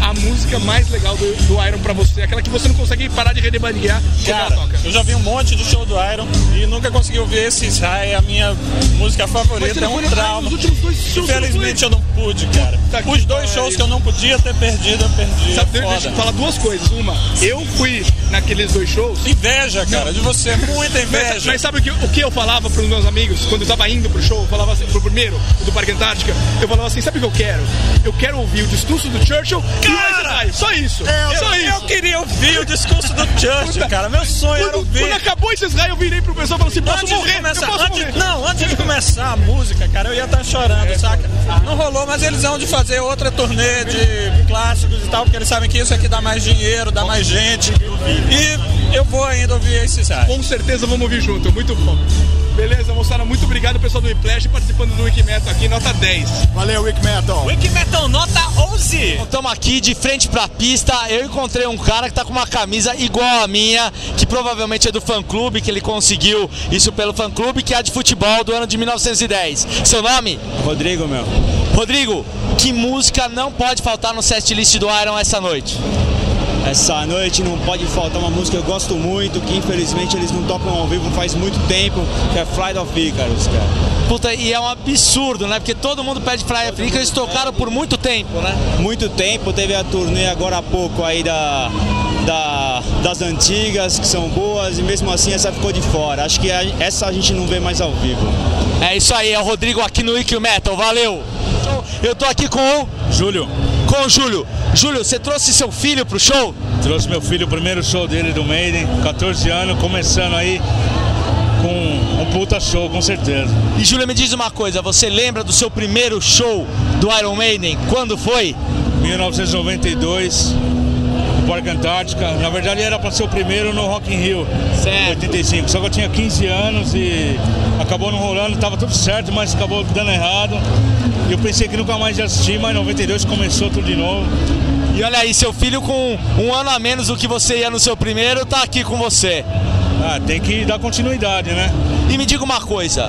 S7: a música mais legal do, do Iron pra você? Aquela que você não consegue parar de redebanguear quando ela
S21: Cara,
S7: toca.
S21: eu já vi um monte de show do Iron e nunca consegui ouvir esse Israel, é a minha música
S7: Mas
S21: favorita, é
S7: telefone
S21: um
S7: atrás,
S21: trauma.
S7: nos últimos dois shows Tá você não
S21: Infelizmente eu não pude, cara. Os dois shows que eu não podia ter perdido, eu perdi.
S7: Sabe, deixa eu te falar duas coisas. Uma, eu fui naqueles dois shows.
S21: Inveja, cara, de você, muita inveja.
S7: Mas, mas sabe o que, o que eu falava pros meus amigos quando eu tava indo pro show? Eu falava assim, pro primeiro, o do Parque Antártica. Eu falava assim: sabe o que eu quero? Eu quero ouvir o discurso do Churchill e o Einstein. Só isso.
S21: Eu-
S7: só
S21: eu
S7: isso.
S21: queria ouvir o discurso do Churchill, cara. Meu sonho
S7: quando,
S21: era ouvir.
S7: Quando acabou esse Israel, eu virei pro pessoal e falei assim: posso
S21: Antes de
S7: morrer?
S21: começar-
S7: eu posso
S21: antes-
S7: morrer. É,
S21: Não, antes de começar a música, cara, eu ia estar chorando, saca? Não rolou, mas eles vão de fazer outra turnê de clássicos e tal, porque eles sabem que isso aqui dá mais dinheiro, dá mais gente. E eu vou ainda ouvir esses caras.
S7: Com certeza vamos ouvir junto, muito bom. Beleza, moçada, muito obrigado pessoal do Whiplash participando do Wikimetal aqui, nota 10. Valeu, Wikimetal.
S3: Wikimetal nota 11.
S9: Estamos aqui de frente pra pista. Eu encontrei um cara que tá com uma camisa igual a minha, que provavelmente é do fã clube, que ele conseguiu isso pelo fã clube, que é a de futebol do ano de 1910. Seu nome? Rodrigo, meu. Rodrigo, que música não pode faltar no set list do Iron essa noite?
S12: Essa noite não pode faltar uma música que eu gosto muito, que infelizmente eles não tocam ao vivo faz muito tempo, que é Flight of Icarus, cara.
S9: Puta, e é um absurdo, né? Porque todo mundo pede Fly Africa, eles tocaram por muito tempo, né?
S12: Muito tempo, teve a turnê agora há pouco aí da, da- das antigas, que são boas, e mesmo assim essa ficou de fora. Acho que a- essa a gente não vê mais ao vivo.
S9: É isso aí, é o Rodrigo aqui no Wiki Metal, valeu! Eu tô aqui com o. Júlio. Com o Júlio. Júlio, você trouxe seu filho pro show?
S19: Trouxe meu filho, o primeiro show dele do Maiden, 14 anos, começando aí com um puta show, com certeza.
S9: E Júlio, me diz uma coisa, você lembra do seu primeiro show do Iron Maiden? Quando foi?
S19: 1992, no Parque Antártica. Na verdade era pra ser o primeiro no Rock in Rio, certo. 85. Só que eu tinha 15 anos e acabou não rolando, tava tudo certo, mas acabou dando errado. E eu pensei que nunca mais ia assistir, mas em 92 começou tudo de novo.
S9: E olha aí, seu filho com um ano a menos do que você ia no seu primeiro, tá aqui com você.
S19: Ah, tem que dar continuidade, né?
S9: E me diga uma coisa,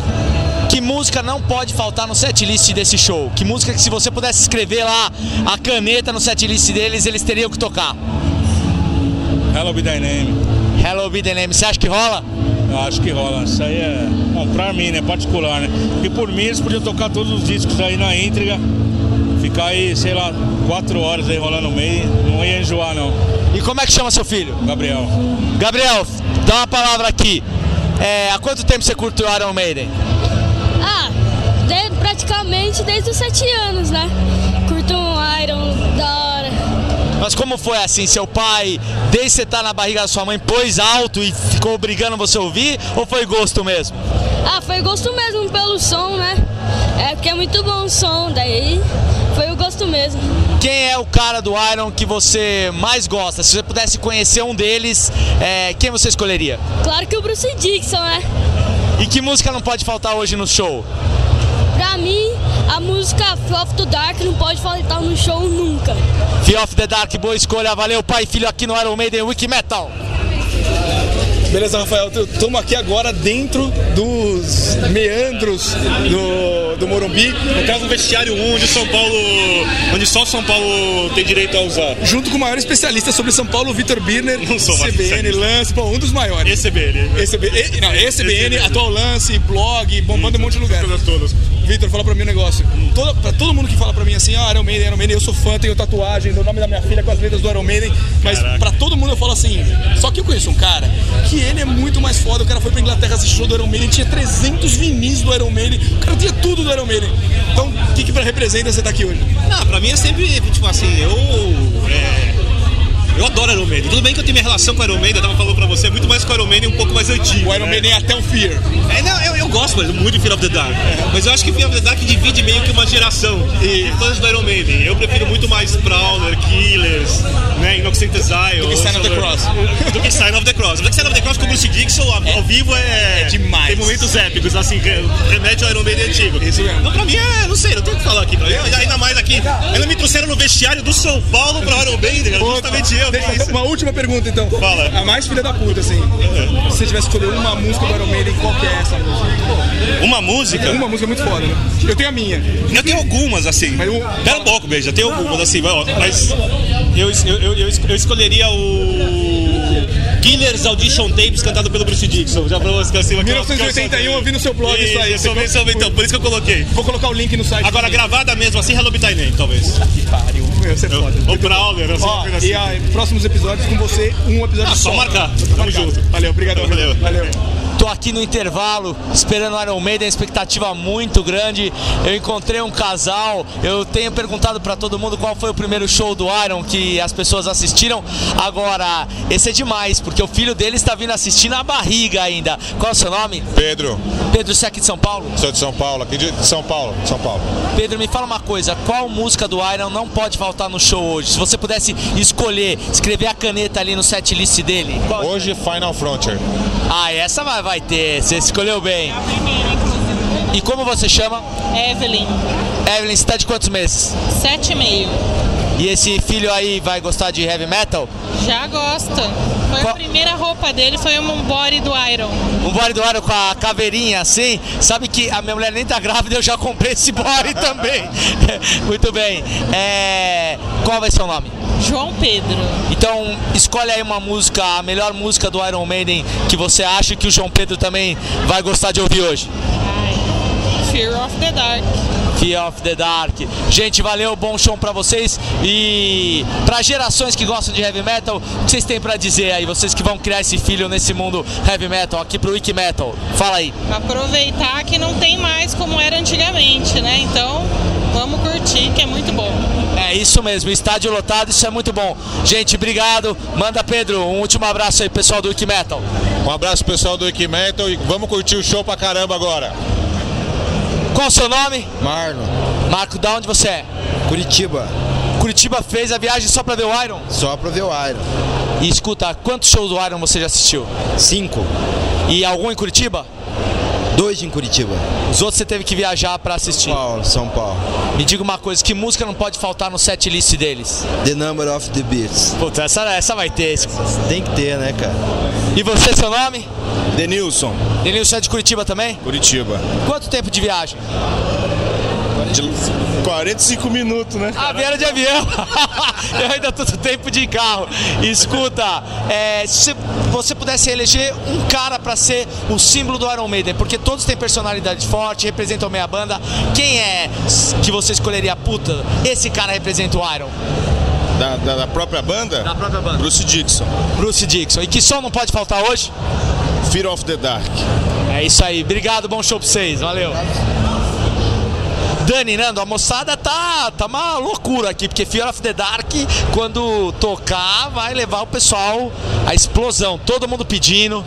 S9: que música não pode faltar no setlist desse show? Que música que se você pudesse escrever lá a caneta no setlist deles, eles teriam que tocar?
S19: Hello Be Thy Name.
S9: Hello Be Thy Name, você acha que rola?
S19: Eu acho que rola, isso aí é. Bom, pra mim, né? Particular, né? E por mim eles podiam tocar todos os discos aí na íntegra, ficar aí, sei lá, quatro horas aí rolando no meio, não ia enjoar não.
S9: E como é que chama seu filho?
S19: Gabriel.
S9: Gabriel, dá uma palavra aqui. É, há quanto tempo você curte o Iron Maiden?
S16: Ah, de- praticamente desde os sete anos, né? Curto um Iron, da hora.
S9: Mas como foi assim? Seu pai, desde que você tá na barriga da sua mãe, pôs alto e ficou obrigando você a ouvir? Ou foi gosto mesmo?
S16: Ah, foi gosto mesmo pelo som, né? É porque é muito bom o som, daí foi o gosto mesmo.
S9: Quem é o cara do Iron que você mais gosta? Se você pudesse conhecer um deles, é, quem você escolheria?
S16: Claro que o Bruce Dixon, né?
S9: E que música não pode faltar hoje no show?
S16: Pra mim, a música Fear of the Dark não pode faltar no show nunca.
S9: Fear of the Dark, boa escolha. Valeu, pai e filho, aqui no Iron Maiden Wiki Metal.
S7: Beleza, Rafael, estamos aqui agora dentro dos meandros do, do Morumbi.
S1: No caso, um vestiário 1 de São Paulo, onde só São Paulo tem direito a usar.
S7: Junto com o maior especialista sobre São Paulo, Vitor Birner,
S1: Não sou mais
S7: CBN,
S1: especialista.
S7: Lance, pô, um dos maiores.
S1: ECBN.
S7: ECBN, não, ECBN,
S1: ECBN.
S7: atual Lance, blog, bombando um monte de lugar. Vitor, fala pra mim um negócio. Todo, pra todo mundo que fala pra mim assim, ah, Iron Maiden, Iron Maiden, eu sou fã, tenho tatuagem, do nome da minha filha com as letras do Iron Maiden, mas pra todo mundo eu falo assim, só que eu conheço um cara que ele é muito mais foda, o cara foi pra Inglaterra assistir show do Iron Maiden, tinha 300 vinis do Iron Maiden, o cara tinha tudo do Iron Maiden. Então, o que que pra representa você tá aqui hoje?
S22: Não, pra mim é sempre, tipo assim, eu. é, eu adoro Iron Maiden. Tudo bem que eu tenho minha relação com Iron Maiden, eu tava falando pra você, é muito mais com Iron Maiden um pouco mais antigo. O Iron Maiden
S7: é até o Fear.
S22: É, não, eu, eu gosto mas muito de Fear of the Dark. Mas eu acho que Fear of the Dark divide meio que uma geração de fãs do Iron Maiden. Eu prefiro muito mais Prowler, Killers, né, Innocent Exile.
S1: Do que Sign of the Cross.
S22: Do que Sign of the Cross. Mas é que Sign of the Cross com o Bruce Dixon ao, ao vivo é, demais. Tem momentos épicos, assim, re- remete ao Iron Maiden antigo. Não, pra mim é, não sei, não tem o que falar aqui. Pra mim, é ainda mais aqui, ainda me trouxeram no vestiário do São Paulo pra Iron Maiden,
S7: Opa.
S22: justamente eu.
S7: Deixa,
S22: fiz isso.
S7: uma última pergunta então.
S22: Fala.
S7: A mais filha da puta, assim. Se você tivesse escolhido uma música do Iron Maiden, qual que é essa música?
S1: Uma música?
S7: Uma música muito foda, né? Eu tenho a minha.
S1: Eu tenho algumas, assim. Pera um pouco, beija. Tem algumas, assim, mas, ó, mas
S22: eu, es- eu, eu, eu es- eu escolheria o. Killers Audition Tapes cantado pelo Bruce Dixon. Já pra você assim,
S7: 1981 eu vi no seu blog isso aí.
S22: Eu soube,
S7: Você-
S22: soube, então, por isso que eu coloquei.
S7: Vou colocar o link no site.
S22: Agora
S7: também.
S22: gravada mesmo, assim, Hello Be Thy Name, talvez. Que pariu.
S7: Meu, você é foda.
S22: Ou Brawler, ou
S7: Ó,
S22: alguma coisa assim.
S7: e aí, próximos episódios com você, um episódio
S22: Ah, só
S7: só.
S22: marcar.
S7: Tamo junto. Valeu, obrigado. Valeu. Valeu.
S9: Tô aqui no intervalo esperando o Iron Maiden, expectativa muito grande. Eu encontrei um casal. Eu tenho perguntado pra todo mundo qual foi o primeiro show do Iron que as pessoas assistiram. Agora, esse é demais, porque o filho dele está vindo assistir na barriga ainda. Qual é o seu nome?
S2: Pedro.
S9: Pedro, você é aqui de São Paulo?
S2: Sou de São Paulo, aqui de São Paulo, São Paulo.
S9: Pedro, me fala uma coisa, qual música do Iron não pode faltar no show hoje? Se você pudesse escolher, escrever a caneta ali no set list dele. Qual?
S2: Hoje Final Frontier.
S9: Ah, essa vai, vai ter, você escolheu bem. E como você chama?
S4: Evelyn,
S9: Evelyn, você tá de quantos meses?
S4: sete e meio.
S9: E esse filho aí vai gostar de heavy metal?
S4: Já gosta. Foi a primeira roupa dele, foi um body do Iron.
S9: Um body do Iron com a caveirinha assim? Sabe que a minha mulher nem tá grávida, eu já comprei esse body também. Muito bem. É, Qual vai ser o nome?
S4: João Pedro.
S9: Então, escolhe aí uma música, a melhor música do Iron Maiden que você acha que o João Pedro também vai gostar de ouvir hoje.
S4: Fear of the Dark.
S9: Fear of the Dark. Gente, valeu, bom show pra vocês e pra gerações que gostam de heavy metal, o que vocês têm pra dizer aí, vocês que vão criar esse filho nesse mundo heavy metal, aqui pro Wiki Metal. Fala aí.
S4: Aproveitar que não tem mais como era antigamente, né? Então, vamos curtir que é muito bom.
S9: É isso mesmo, estádio lotado, isso é muito bom. Gente, obrigado. Manda Pedro, um último abraço aí, pessoal do Wiki Metal.
S2: Um abraço pessoal do Wiki Metal e vamos curtir o show pra caramba agora.
S9: Qual o seu nome?
S2: Marno.
S9: Marco, da onde você é?
S6: Curitiba.
S9: Curitiba fez a viagem só pra ver o Iron?
S6: Só pra ver o Iron.
S9: E escuta, quantos shows do Iron você já assistiu?
S6: Cinco.
S9: E algum em Curitiba?
S6: Dois em Curitiba.
S9: Os outros você teve que viajar pra assistir? São
S6: Paulo, São Paulo.
S9: Me diga uma coisa, que música não pode faltar no set list deles?
S6: The Number of the Beats.
S9: Puta, essa, essa vai ter.
S6: Tem que ter, né, cara?
S9: E você, seu nome?
S6: Denilson.
S9: Denilson é de Curitiba também?
S6: Curitiba.
S9: Quanto tempo de viagem?
S2: 45 minutos, né?
S9: Ah, vieram de avião. Eu ainda tô no tempo de carro. Escuta, é, se você pudesse eleger um cara pra ser o símbolo do Iron Maiden, porque todos têm personalidade forte, representam meia banda, quem é que você escolheria? Puta, esse cara representa o Iron.
S2: Da, da- da própria banda? Da
S9: própria banda.
S2: Bruce Dixon.
S9: Bruce Dixon. E que som não pode faltar hoje?
S2: Fear of the Dark.
S9: É isso aí. Obrigado, bom show pra vocês. Valeu. Dani, Nando, a moçada tá, tá uma loucura aqui, porque Fear of the Dark, quando tocar, vai levar o pessoal à explosão. Todo mundo pedindo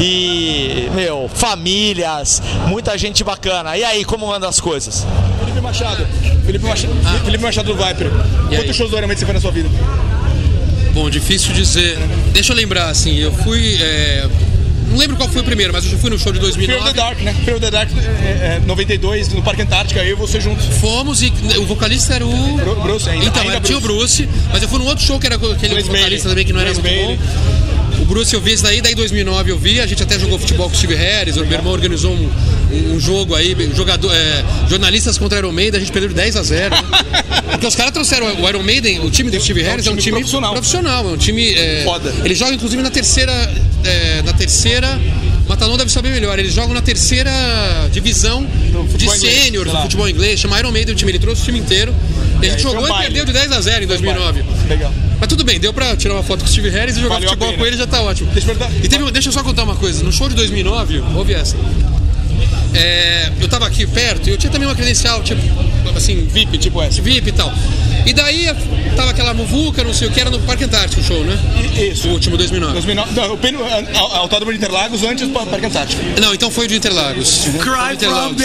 S9: e, meu, famílias, muita gente bacana. E aí, como andam as coisas?
S7: Felipe Machado. Felipe Machado, ah. Felipe Machado do Viper. Quantos shows do Iron Maiden você foi na sua vida?
S23: Bom, difícil dizer. Deixa eu lembrar, assim, eu fui. é, Não lembro qual foi o primeiro, mas eu já fui no show de
S7: Fear
S23: 2009.
S7: of the Dark, né? Fear of the Dark, é, é, 92, no Parque Antártica, eu e você juntos.
S23: Fomos e o vocalista era o.
S7: Bruce ainda.
S23: Então,
S7: ainda Um
S23: era, tinha o Bruce, mas eu fui num outro show que era com aquele
S7: Blaze
S23: vocalista
S7: Bailey.
S23: também que não era
S7: Blaze
S23: muito bom. O Bruce eu vi isso daí, daí em 2009 eu vi, a gente até jogou futebol com o Steve Harris, o meu irmão organizou um, um jogo aí, jogador, é, jornalistas contra Iron Maiden, a gente perdeu de 10 a 0. Porque os caras trouxeram o Iron Maiden, o time do Steve Harris é um time, profissional. é um time. É,
S7: Foda.
S23: Ele joga inclusive na terceira. é, na terceira. Matalon deve saber melhor, eles jogam na terceira divisão de
S7: futebol inglês,
S23: sênior
S7: sei
S23: do
S7: lá.
S23: futebol inglês, chama Iron Maiden o time, ele trouxe o time inteiro. E a gente
S7: É, foi
S23: jogou
S7: um
S23: e
S7: baile. um
S23: perdeu de 10 a 0 em 2009.
S7: Legal.
S23: Mas tudo bem, deu pra tirar uma foto com o Steve Harris e jogar
S7: Valeu a
S23: futebol
S7: pena.
S23: com ele já tá ótimo. Deixa eu, deixa eu só contar uma coisa. No show de 2009, houve essa. É, eu tava aqui perto e eu tinha também uma credencial, tipo, assim, VIP, tipo essa. VIP e tal. E daí tava aquela muvuca, não sei o que, era no Parque Antártico o show, né? Isso. O último 2009.
S7: 2009, não, o Pino- a- a- Autódromo de Interlagos antes do Parque Antártico. Uhum.
S23: Não, então foi o de Interlagos. Foi o de Interlagos.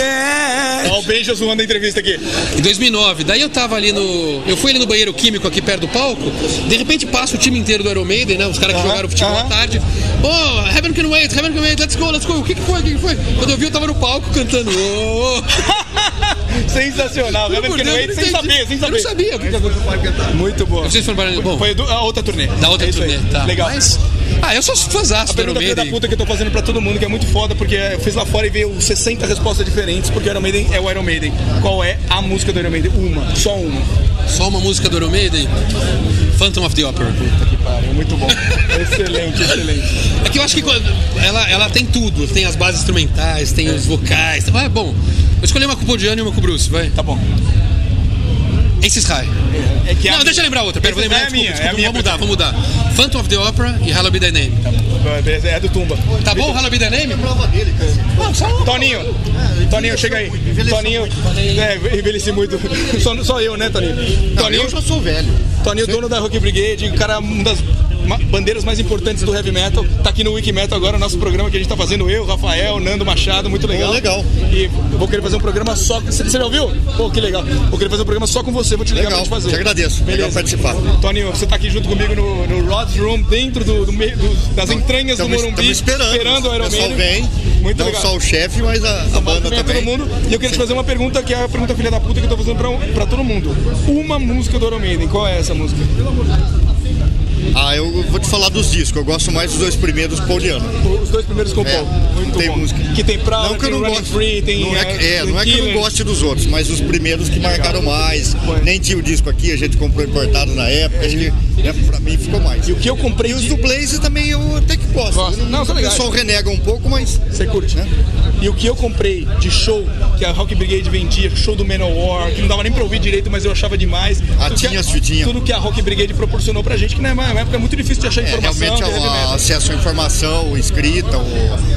S7: Ó, o Benja zoando a entrevista aqui.
S23: Em 2009. Daí eu tava ali no. Eu fui ali no banheiro químico aqui perto do palco. De repente passa o time inteiro do Iron Maiden, né? Os caras que
S7: Aham,
S23: jogaram futebol à
S7: aham.
S23: tarde. Oh, Heaven Can Wait, Heaven Can Wait, let's go, let's go. O que, que foi? O que, que foi? Quando eu vi, eu tava no palco cantando. Oh.
S7: Sensacional,
S23: Juro
S7: Heaven
S23: por
S7: Can
S23: Deus, eu
S7: Wait,
S23: não entendi.
S7: sem saber, sem
S23: Eu não
S7: saber.
S23: sabia o que que
S7: Muito boa.
S23: Vocês foram para Bom,
S7: Foi a do- a outra turnê.
S23: Da outra
S7: É isso
S23: turnê,
S7: aí.
S23: tá.
S7: Legal.
S23: Mas- Ah, eu sou fãzaço
S7: A
S23: do
S7: pergunta
S23: Iron
S7: filha da
S23: Maiden.
S7: puta que eu tô fazendo pra todo mundo, que é muito foda, porque eu fiz lá fora e veio 60 respostas diferentes, porque o Iron Maiden é o Iron Maiden. Qual é a música do Iron Maiden? Uma, só uma.
S23: Só uma música do Iron Maiden? Phantom of the Opera.
S7: Muito bom. excelente, excelente.
S23: É que eu acho que quando- ela, ela tem tudo. Tem as bases instrumentais, tem os vocais. Tá, ah, é bom. Eu escolhi uma com o Podiano e uma com o Bruce, vai. Tá bom. Aces High. Não, deixa eu lembrar outra. Pera, vou lembrar.
S7: é a
S23: desculpa,
S7: minha,
S23: desculpa,
S7: é a
S23: vou
S7: minha
S23: mudar, vou mudar. Phantom of the Opera e Hello Be Thy Name.
S7: É do Tumba.
S23: Tá bom, Hello Be Thy
S20: é
S23: Name?
S7: Toninho, Toninho, chega aí. Toninho, é, envelheci muito. Só, só eu, né, Toninho? Toninho, eu já sou velho. Toninho, dono da Rock Brigade, o cara, uma das ma- bandeiras mais importantes do heavy metal, tá aqui no Wiki Metal agora, nosso programa que a gente tá fazendo, eu, Rafael, Nando Machado, muito legal. legal. E eu vou querer fazer um programa só. Você já ouviu? Pô, que legal. Vou querer fazer um programa só com você, vou te ligar
S20: Legal,
S7: pra te fazer.
S20: te agradeço.
S7: Beleza.
S20: Legal participar.
S7: Toninho, você tá aqui junto comigo no, no Rod's Room, dentro do, do meio- do- das entranhas
S20: Tamo-
S7: do Morumbi.
S20: tamo esperando.
S7: Esperando o Iron
S20: O pessoal
S7: Man.
S20: vem,
S7: Muito
S20: não
S7: legal.
S20: só o chefe, mas a- a
S7: Tomara
S20: banda
S7: que venha
S20: também.
S7: Todo mundo. E eu queria te fazer uma pergunta que é a pergunta filha da puta que eu tô fazendo pra, um- pra todo mundo. Uma música do Iron Maiden, qual é essa música?
S20: Ah, eu vou te falar dos discos. Eu gosto mais dos dois primeiros Pauliano. É,
S7: Os dois primeiros com o Paul. Muito
S20: tem
S7: bom.
S20: música.
S7: Que tem Prada,
S20: Não que eu
S7: tem
S20: não
S7: Running
S20: gosto.
S7: Free, tem,
S20: não é, que-
S7: eh,
S20: é, não é que eu não
S7: Killers.
S20: goste dos outros, mas os primeiros que marcaram mais. Nem tinha o disco aqui, a gente comprou importado na época. Acho que né, pra mim ficou mais. E o
S7: que eu comprei.
S20: E os do Blaze também eu até que gosto. Eu
S7: Não, são
S20: o
S7: legais.
S20: pessoal renega um pouco, mas.
S7: Você curte, né? E o que eu comprei de show que a Rock Brigade vendia, show do Manowar, que não dava nem pra ouvir direito, mas eu achava demais.
S20: Ah,
S7: Tudo que
S20: tinha
S7: a-
S20: as fitinhas.
S7: Tudo que a Rock Brigade proporcionou pra gente, que na época é muito difícil de achar
S20: É,
S7: informação.
S20: realmente
S7: de heavy metal.
S20: o acesso à informação, escrita, ou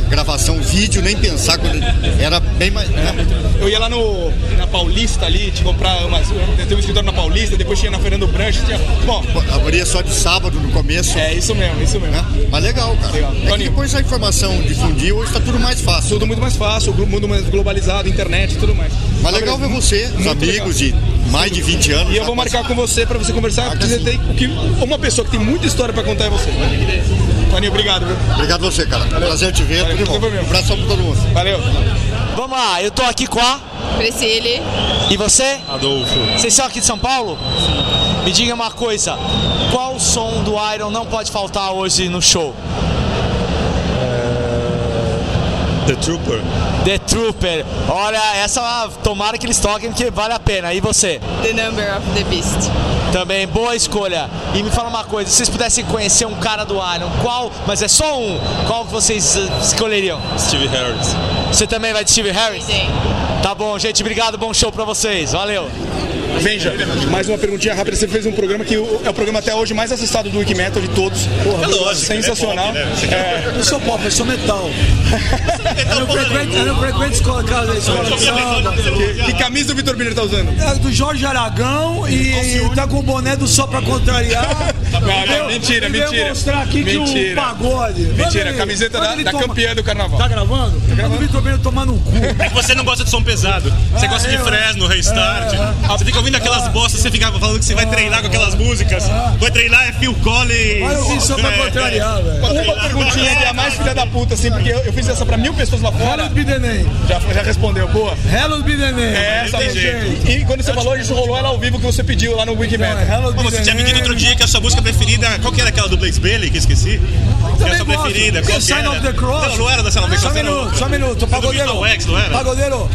S20: gravação, vídeo, nem pensar quando era bem mais. né?
S7: Eu ia lá no, na Paulista ali, te comprar umas. Tem um escritório na Paulista, depois tinha na Fernando Branches, tinha. Bom.
S20: Abria só de sábado no começo. Né?
S7: É, isso mesmo, isso mesmo.
S20: Mas legal, cara. É que depois a informação difundiu, hoje tá tudo mais fácil.
S7: Tudo muito mais fácil, o mundo mais globalizado, internet e tudo mais.
S20: Mas legal ver você, os amigos
S7: legal.
S20: de mais de 20 anos.
S7: E eu vou marcar com você pra você conversar, porque você tem o que, uma pessoa que tem muita história pra contar é você. Toninho, obrigado. Viu?
S20: Obrigado você, cara. Prazer te ver.
S7: Valeu,
S20: tudo de bom.
S7: foi mesmo.
S20: Um abração pra todo mundo.
S7: Valeu.
S9: Vamos lá, eu tô aqui com a.
S24: Priscila.
S9: E você?
S24: Adolfo.
S9: Vocês são aqui de São Paulo? Me diga uma coisa, qual som do Iron não pode faltar hoje no show?
S25: The Trooper.
S9: The Trooper. Olha, essa ah, tomara que eles toquem porque vale a pena. E você?
S24: The Number of the Beast.
S9: Também boa escolha. E me fala uma coisa, se vocês pudessem conhecer um cara do Iron, qual, mas é só um, qual que vocês eh, escolheriam?
S25: Steve Harris.
S9: Você também vai de Steve Harris? Sim. Tá bom, gente, obrigado, bom show pra vocês. Valeu.
S7: Benja, mais uma perguntinha rápida. Você fez um programa que é o programa até hoje mais acessado do Wiki Metal de todos.
S26: é
S7: Porra,
S26: né?
S7: sensacional. É.
S26: Eu sou pop, eu sou metal. Eu não frequento, eu não frequento escola, casa de escola de samba.
S7: Que, que camisa o Vitor Miller tá usando?
S26: É do Jorge Aragão e tá com o boné do Só Pra Contrariar.
S7: Não, não,
S26: E veio-
S7: Então, mentira,
S26: e veio
S7: mentira.
S26: mostrar aqui que o
S7: Mentira.
S26: pagode.
S7: Mentira,
S26: Manda ele-
S7: camiseta
S26: manda
S7: da-
S26: ele
S7: da
S26: tomar-
S7: campeã do carnaval.
S26: Tá gravando? Tá gravando. Vitor Miller tomar no cu. Ah, é,
S22: É que você não gosta de som pesado. Você gosta de Fresno, Restart. Você fica ouvindo aquelas bostas, você fica falando que você
S26: Ah.
S22: vai treinar com aquelas músicas. Vai treinar é Phil Collins. É,
S26: Olha o Wilson pra contrariar, velho.
S7: Uma perguntinha que é a mais filha da puta, assim, porque eu, eu fiz essa pra mil pessoas lá fora. Já, já respondeu, boa.
S26: Hello Bidenem.
S7: É, essa
S22: Não tem jeito.
S7: E, e quando você falou, isso rolou ela ao vivo que você pediu lá no Wiki
S26: é
S7: Metal.
S22: Pô, você tinha me dito outro dia que a sua música preferida, qual que era aquela do Blaze Bailey que eu esqueci? Que era a sua
S26: Também gosto.
S22: preferida, qual que
S26: Sign
S22: era?
S26: of the Cross.
S22: Não, não era da Sign of the
S26: Só um
S22: Cross. era o-
S26: minuto, só minuto. Pagodeiro.
S22: Vitor Wax, não era?
S26: Pagodeiro.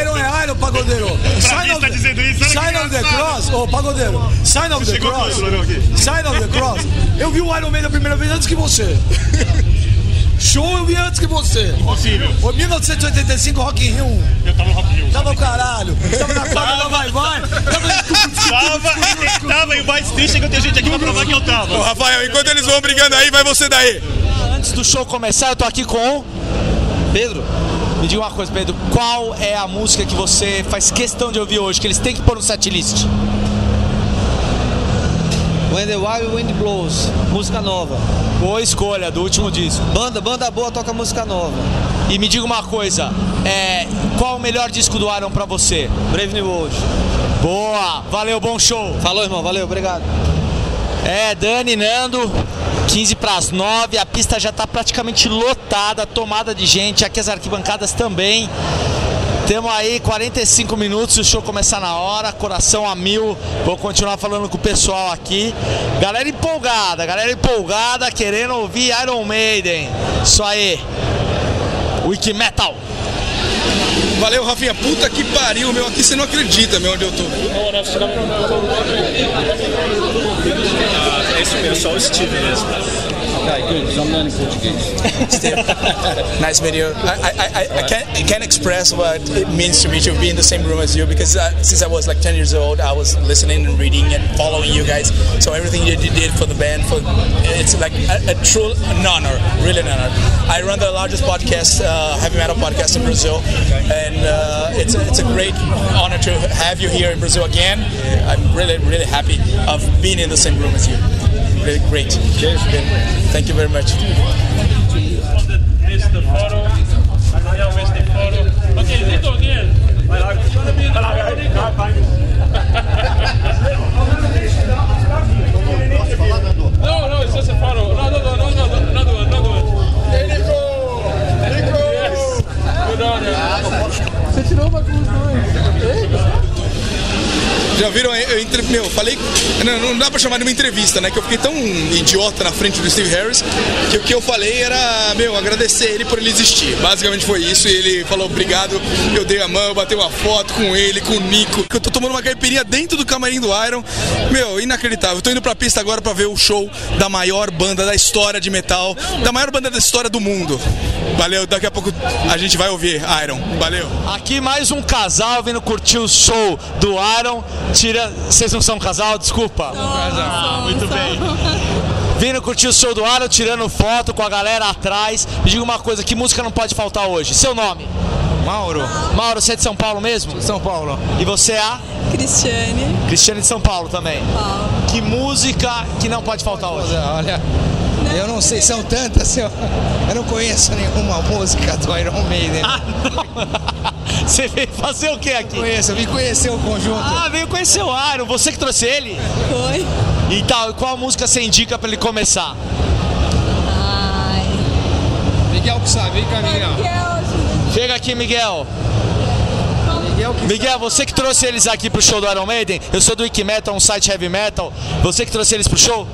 S26: Iron é Iron, pagodeiro. Sign of, Sign of the Cross. Ô, pagodeiro. Sign of the
S22: Chegou
S26: Cross.
S22: com o Iron aqui.
S26: Sign of the Cross. Eu vi o Iron Man a primeira vez antes que você. Show eu vi antes que você. Impossível. Foi 1985 Rock in Rio 1. Eu tava no Rock in Rio. Tava o caralho. Tava na quadra da Vai Vai.
S22: Tava, tava, e o mais triste é que eu tenho gente aqui pra provar que eu tava.
S7: Ô, Rafael, enquanto eles vão brigando aí, vai você daí.
S9: Ah, Antes do show começar, eu tô aqui com o Pedro. Me diga uma coisa, Pedro, qual é a música que você faz questão de ouvir hoje, que eles têm que pôr no setlist?
S27: When the Wild Wind Blows, música nova.
S9: Boa escolha, do último disco.
S27: Banda, banda boa toca música nova.
S9: E me diga uma coisa, é, qual o melhor disco do Iron pra você?
S27: Brave New World.
S9: Boa, valeu, bom show.
S27: Falou, irmão, valeu, obrigado.
S9: É, Dani, Nando, 15 para as 9, a pista já tá praticamente lotada, tomada de gente, aqui as arquibancadas também. Temos aí 45 minutos, o show começar na hora, coração a mil. Vou continuar falando com o pessoal aqui. Galera empolgada, galera empolgada, querendo ouvir Iron Maiden. Isso aí. Wiki Metal.
S6: Valeu, Rafinha. Puta que pariu, meu. Aqui você não acredita, meu, onde eu tô.
S28: Eu sou o Steve Ah, é mesmo. Okay, good, because I'm learning Portuguese.
S7: nice meeting you. I, I, I, I can't, I can't express what it means to me to be in the same room as you because uh, since I was like 10 years old, I was listening and reading and following you guys. So everything you did did for the band, for it's like a, a true an honor, really an honor. I run the largest podcast, uh, heavy metal podcast in Brazil, and uh, it's a, it's a great honor to have you here in Brazil again. I'm really really happy of being in the same room as you. Really great. Thank you very much.
S8: é No, no, it's just a photo. No, no, no, no, no, no, another one, another one. Hey, Nico! Nico! Yes. Good on you.
S23: Você tirou uma com os dois.
S7: Já viram? Eu, eu entre- meu, falei. Não, não dá pra chamar de uma entrevista, né? Que eu fiquei tão idiota na frente do Steve Harris que o que eu falei era, meu, agradecer ele por ele existir. Basicamente foi isso. E ele falou obrigado. Eu dei a mão, eu bati uma foto com ele, com o Nico. Que eu tô tomando uma caipirinha dentro do camarim do Iron. Meu, inacreditável. Eu tô indo pra pista agora pra ver o show da maior banda da história de metal, da maior banda da história do mundo. Valeu, daqui a pouco a gente vai ouvir Iron. Valeu.
S9: Aqui mais um casal vindo curtir o show do Aaron. Tira... Vocês não são um casal? Desculpa. muito bem. Vindo curtir o show do Aaron, tirando foto com a galera atrás. Me diga uma coisa, que música não pode faltar hoje? Seu nome? Mauro. Mauro, você é de São Paulo mesmo? São Paulo. E você é a? Cristiane. Cristiane de São Paulo também. Que música que não pode faltar hoje?
S29: Olha, eu não sei, são tantas, eu, eu não conheço nenhuma música do Iron Maiden.
S9: Ah, Você veio fazer o que aqui?
S29: Conheço, eu vim conhecer o conjunto.
S9: Ah, veio conhecer o Iron, você que trouxe ele? Foi. E tal, e qual música você indica pra ele começar?
S6: Miguel que sabe, vem cá, Miguel.
S9: Chega aqui, Miguel. Miguel, você que trouxe eles aqui pro show do Iron Maiden, eu sou do Wikimetal, um site heavy metal. Você que trouxe eles pro show?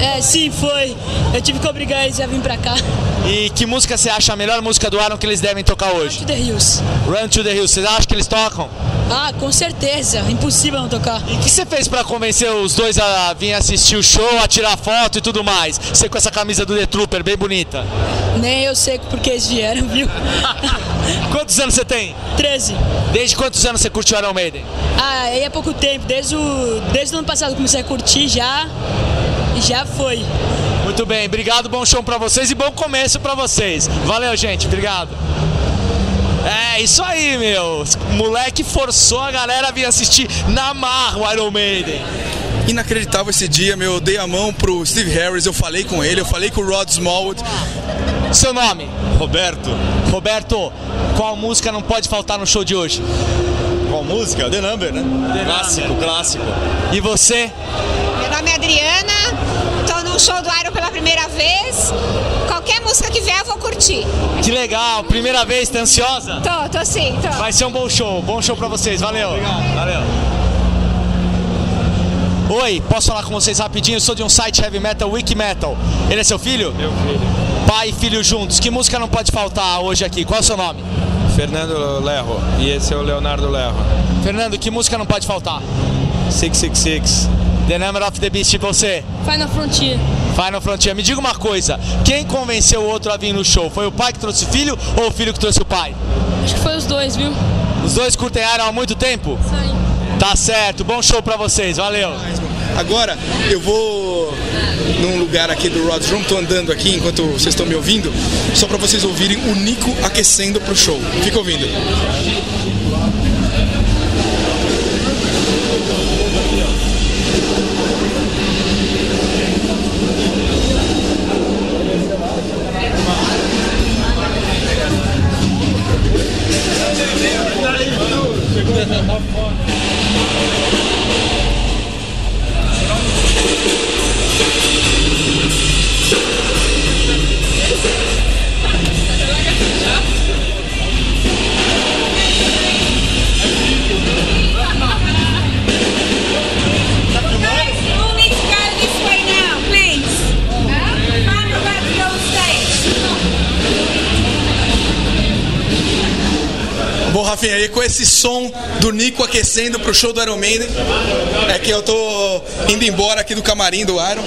S24: É, sim, foi. Eu tive que obrigar eles a vir pra cá.
S9: E que música você acha a melhor música do Iron que eles devem tocar hoje?
S24: To the Hills.
S9: Run to the Hills. Você acha que eles tocam?
S24: Ah, com certeza. Impossível não tocar.
S9: E o que você fez pra convencer os dois a vir assistir o show, a tirar foto e tudo mais? Você com essa camisa do The Trooper, bem bonita.
S24: Nem eu sei porque eles vieram, viu?
S9: Quantos anos você tem?
S24: 13.
S9: Desde quantos anos você curte o Iron Maiden?
S24: Ah, aí há pouco tempo. Desde o, desde o ano passado eu comecei a curtir já. E já foi.
S9: Muito bem, obrigado, bom show pra vocês e bom começo pra vocês. Valeu, gente, obrigado. É, isso aí, meu. Moleque forçou a galera a vir assistir na marra o Iron Maiden.
S7: Inacreditável esse dia, meu. Eu dei a mão pro Steve Harris, eu falei com ele, eu falei com o Rod Smallwood.
S9: Seu nome? Roberto. Roberto, qual música não pode faltar no show de hoje? Qual música? The Number, né? clássico, clássico. E você?
S30: Meu nome é Adriana, tô no show do Iron pela primeira vez. Qualquer música que vier eu vou curtir.
S9: Que legal, primeira vez, tá ansiosa?
S30: Tô, tô sim, tô.
S9: Vai ser um bom show, bom show pra vocês, valeu. Obrigado. Valeu. Oi, posso falar com vocês rapidinho? Eu sou de um site heavy metal, Wiki Metal. Ele é seu filho? Meu filho. Pai e filho juntos. Que música não pode faltar hoje aqui? Qual é o seu nome?
S31: Fernando Lerro. E esse é o Leonardo Lerro.
S9: Fernando, que música não pode faltar? 666. The Number of the Beast, e você?
S16: Final Frontier.
S9: Final Frontier. Me diga uma coisa, quem convenceu o outro a vir no show? Foi o pai que trouxe o filho ou o filho que trouxe o pai?
S16: Acho que foi os dois, viu?
S9: Os dois curtem Iron há muito tempo? Sim. Tá certo, bom show pra vocês, valeu.
S7: Agora eu vou num lugar aqui do Rod's Room, tô andando aqui enquanto vocês estão me ouvindo, só pra vocês ouvirem o Nico aquecendo pro show. Fica ouvindo.
S6: um
S7: Rafinha, e com esse som do Nico aquecendo pro show do Iron Maiden, é que eu tô indo embora aqui do camarim do Iron.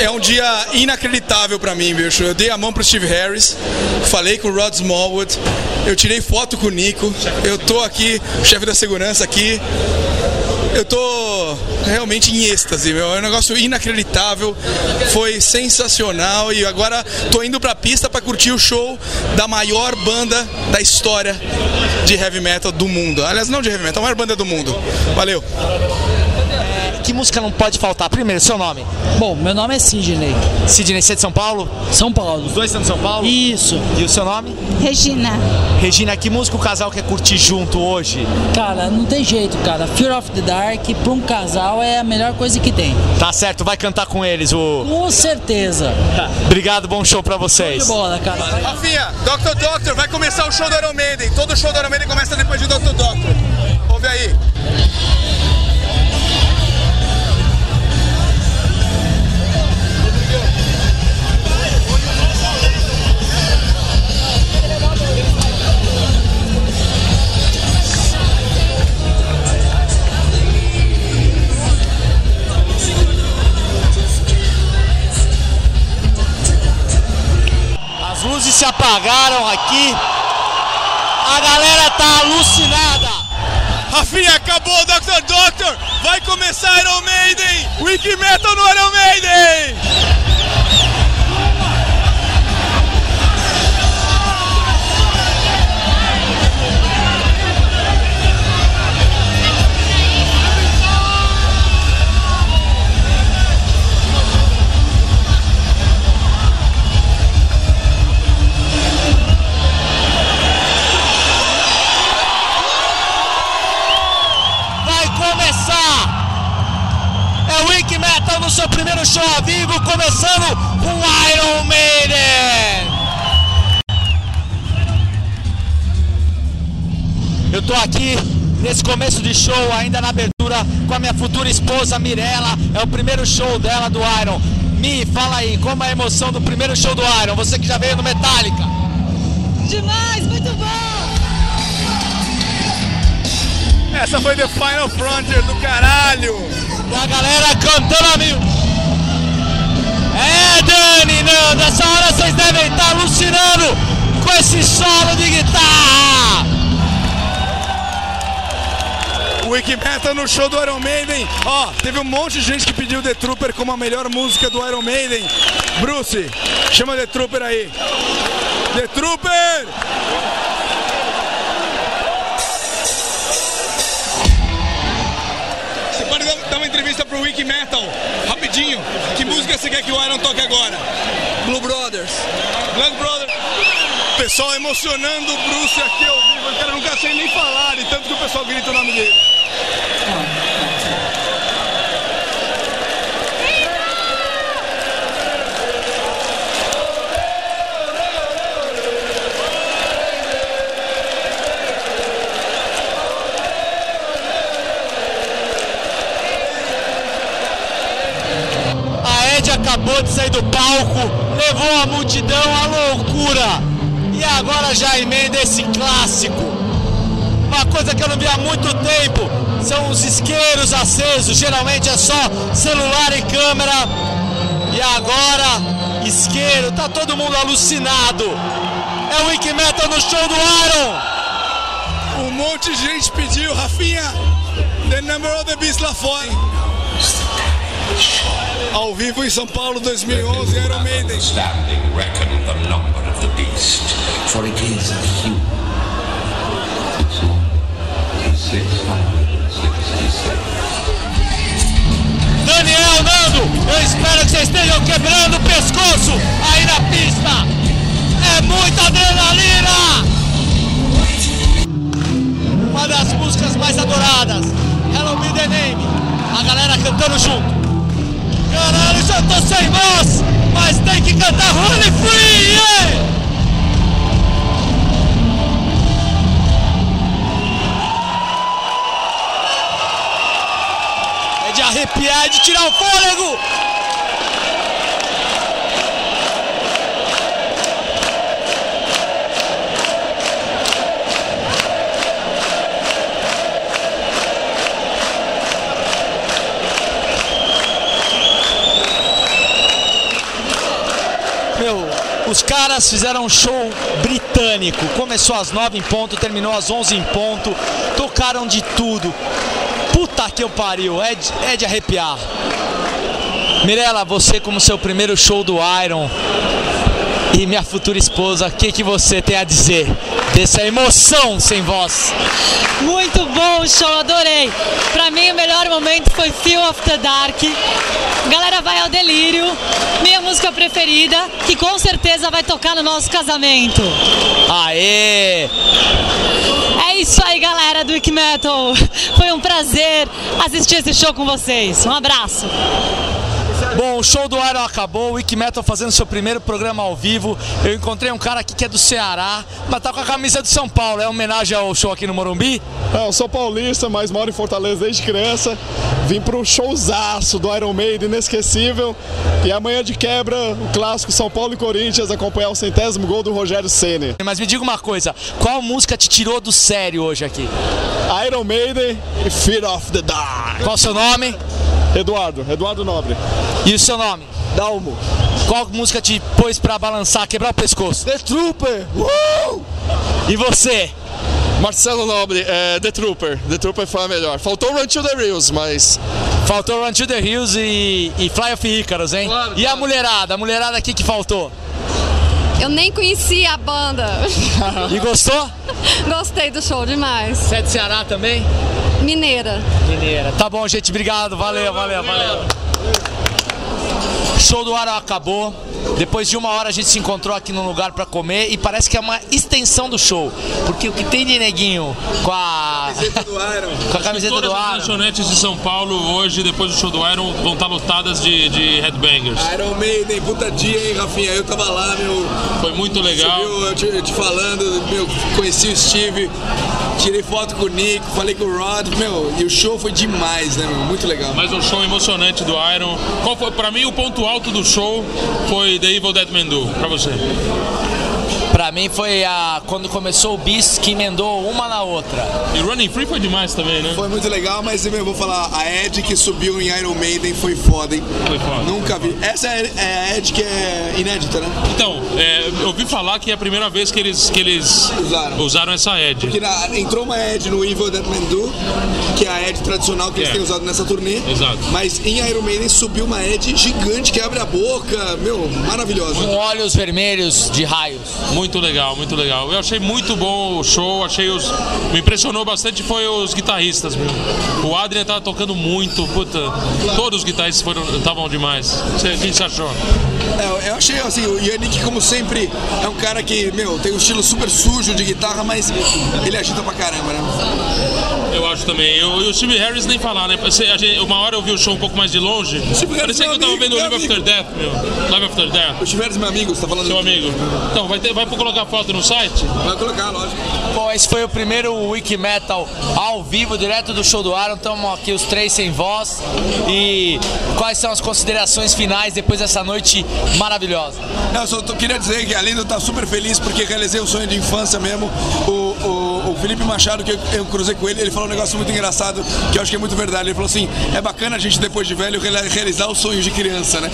S7: É um dia inacreditável pra mim, bicho. Eu dei a mão pro Steve Harris, falei com o Rod Smallwood, eu tirei foto com o Nico, eu tô aqui, o chefe da segurança aqui. Eu tô realmente em êxtase, meu. É um negócio inacreditável. Foi sensacional e agora tô indo pra pista pra curtir o show da maior banda da história de heavy metal do mundo. Aliás, não de heavy metal, a maior banda do mundo. Valeu.
S9: Que música não pode faltar? Primeiro, seu nome.
S1: Bom, meu nome é Sidney.
S9: Sidney, você é de São Paulo?
S1: São Paulo.
S9: Os dois são de São Paulo?
S1: Isso.
S9: E o seu nome?
S1: Regina.
S9: Regina, que música o casal quer curtir junto hoje?
S1: Cara, não tem jeito, cara. Fear of the Dark, pra um casal, é a melhor coisa que tem.
S9: Tá certo, vai cantar com eles o.
S1: Com certeza.
S9: Obrigado, bom show pra vocês.
S1: De bola, cara.
S7: Rafinha, Dr. Doctor, vai começar o show do Iron Maiden. Todo show do Iron Maiden começa depois de Dr. Doctor. Ouve aí.
S9: As luzes se apagaram aqui. A galera tá alucinada.
S7: Rafinha, acabou o Dr. Doctor. Vai começar Iron Maiden. Wiki Metal no Iron Maiden.
S9: Vai começar! É o Wiki Metal no seu primeiro show ao vivo, começando com Iron Maiden! Eu tô aqui nesse começo de show, ainda na abertura, com a minha futura esposa Mirella. É o primeiro show dela do Iron. Mi, fala aí, como é a emoção do primeiro show do Iron? Você que já veio no Metallica.
S32: Demais, muito bom!
S7: Essa foi The Final Frontier do caralho.
S9: E a galera cantando a mil. É, Dani, não, dessa hora vocês devem estar alucinando com esse solo de guitarra.
S7: O Wiki Metal no show do Iron Maiden. Ó, teve um monte de gente que pediu The Trooper como a melhor música do Iron Maiden. Bruce, chama The Trooper aí. The Trooper! Você pode dar dar uma entrevista pro Wiki Metal, rapidinho. Que música você quer que o Iron toque agora? Blue Brothers. Blue Brothers. Pessoal emocionando o Bruce aqui ao vivo. Cara, eu nunca sei nem falar, de tanto que o pessoal grita o nome dele. Ah,
S9: A Ed acabou de sair do palco, levou a multidão à loucura. E agora já emenda esse clássico. Uma coisa que eu não vi há muito tempo são os isqueiros acesos. Geralmente é só celular e câmera. E agora, isqueiro, tá todo mundo alucinado. É o Wiki Metal no show do Iron.
S7: Um monte de gente pediu, Rafinha, The Number of the Beast lá fora. Ao vivo em São Paulo 2011, Iron Maiden.
S6: reckon the number of the beast, for it is a human. Six hundred sixty-six.
S9: Daniel, Nando, eu espero que vocês estejam quebrando o pescoço aí na pista. É muita adrenalina! Uma das músicas mais adoradas, Hello Me The Name. A galera cantando junto. Caralho, já tô sem voz, mas tem que cantar Holy Free! yeah! É de arrepiar, é de tirar o fôlego! Os caras fizeram um show britânico. Começou às 9 em ponto, terminou às 11 em ponto. Tocaram de tudo. Puta que eu pariu, é de, é de arrepiar. Mirela, você como seu primeiro show do Iron e minha futura esposa, o que, que você tem a dizer dessa emoção sem voz?
S2: Muito bom o show, adorei. Pra mim o melhor momento foi Feel of the Dark. Galera vai ao delírio. Minha música preferida, que com certeza vai tocar no nosso casamento.
S9: Aê!
S2: É isso aí, galera do Wick Metal. Foi um prazer assistir esse show com vocês. Um abraço.
S9: Bom, o show do Iron acabou, o Wiki Metal fazendo seu primeiro programa ao vivo. Eu encontrei um cara aqui que é do Ceará, mas tá com a camisa do São Paulo. É homenagem ao show aqui no Morumbi?
S33: É, eu sou paulista, mas moro em Fortaleza desde criança. Vim pro showzaço do Iron Maiden, inesquecível. E amanhã de quebra, o clássico São Paulo e Corinthians, acompanhar o centésimo gol do Rogério Ceni.
S9: Mas me diga uma coisa, qual música te tirou do sério hoje aqui?
S33: Iron Maiden e Fear of the Dark.
S9: Qual o seu nome?
S33: Eduardo, Eduardo Nobre.
S9: E o seu nome?
S33: Dalmo.
S9: Qual música te pôs pra balançar, quebrar o pescoço?
S33: The Trooper! Uh!
S9: E você?
S33: Marcelo Nobre, é, The Trooper. The Trooper foi a melhor. Faltou Run to the Hills, mas.
S9: Faltou Run to the Hills e, e Fly of Icarus, hein? Claro, e claro. a mulherada? A mulherada aqui que faltou?
S34: Eu nem conhecia a banda.
S9: e gostou?
S34: Gostei do show demais.
S9: Você é de Ceará também?
S34: Mineira.
S9: Mineira. Tá bom, gente. Obrigado. Valeu, valeu, valeu. Show do Ara acabou. Depois de uma hora a gente se encontrou aqui num lugar para comer e parece que é uma extensão do show. Porque o que tem de neguinho com a.
S7: Camiseta do Iron.
S9: com a camiseta do
S8: Todas as
S9: Iron.
S8: lanchonetes de São Paulo hoje, depois do show do Iron, vão estar lotadas de, de headbangers.
S7: Iron Maiden, puta dia, hein, Rafinha? Eu tava lá, meu.
S8: Foi muito legal.
S7: Você viu, eu te, eu te falando, meu, conheci o Steve, tirei foto com o Nick, falei com o Rod, meu, e o show foi demais, né, meu? Muito legal.
S8: Mais um show emocionante do Iron. Qual foi, pra mim, o ponto alto do show foi The Evil Dead Man Do, pra você?
S9: Pra mim foi a quando começou o bis que emendou uma na outra.
S8: E Running Free foi demais também, né?
S7: Foi muito legal, mas meu, eu vou falar, a Ed que subiu em Iron Maiden foi foda, hein?
S8: Foi foda.
S7: Nunca vi. Essa é, é a Ed que é inédita, né?
S8: Então, é, eu ouvi falar que é a primeira vez que eles, que eles
S7: Usaram.
S8: usaram essa Ed.
S7: Porque na- entrou uma Ed no Evil Dead Man Do, que é a Ed tradicional que eles
S8: É.
S7: têm usado nessa turnê.
S8: Exato.
S7: Mas em Iron Maiden subiu uma Ed gigante que abre a boca, meu, maravilhosa.
S8: Um
S9: Com olhos vermelhos de raios.
S8: Muito legal, muito legal. Eu achei muito bom o show, achei os. Me impressionou bastante foi os guitarristas, meu. O Adrian tava tocando muito, puta. Todos os guitarristas foram estavam demais. Você- O que você achou?
S7: É, eu achei assim, o Yannick, como sempre, é um cara que, meu, tem um estilo super sujo de guitarra, mas ele agita pra caramba, né?
S8: Eu acho também. Eu, e o Steve Harris nem falar, né? Você- a gente- uma hora eu vi o show um pouco mais de longe.
S7: Steve Harris,
S8: Parecia que
S7: meu
S8: eu tava
S7: amigo,
S8: vendo o
S7: meu
S8: Live After Death, meu. Live After Death.
S7: O Steve Harris, meu amigo, você tá falando
S8: Seu amigo. Então, vai, ter, vai colocar foto no site?
S7: Vai colocar, lógico.
S9: Bom, esse foi o primeiro Wiki Metal ao vivo, direto do show do Aaron. Estamos aqui os três sem voz. E quais são as considerações finais depois dessa noite maravilhosa?
S7: Não, eu só tô- queria dizer que a Linda tá super feliz porque realizei o sonho de infância mesmo. O, o- o Felipe Machado, que eu, eu cruzei com ele, ele falou um negócio muito engraçado que eu acho que é muito verdade. Ele falou assim: é bacana a gente, depois de velho, rela- realizar os sonhos de criança, né?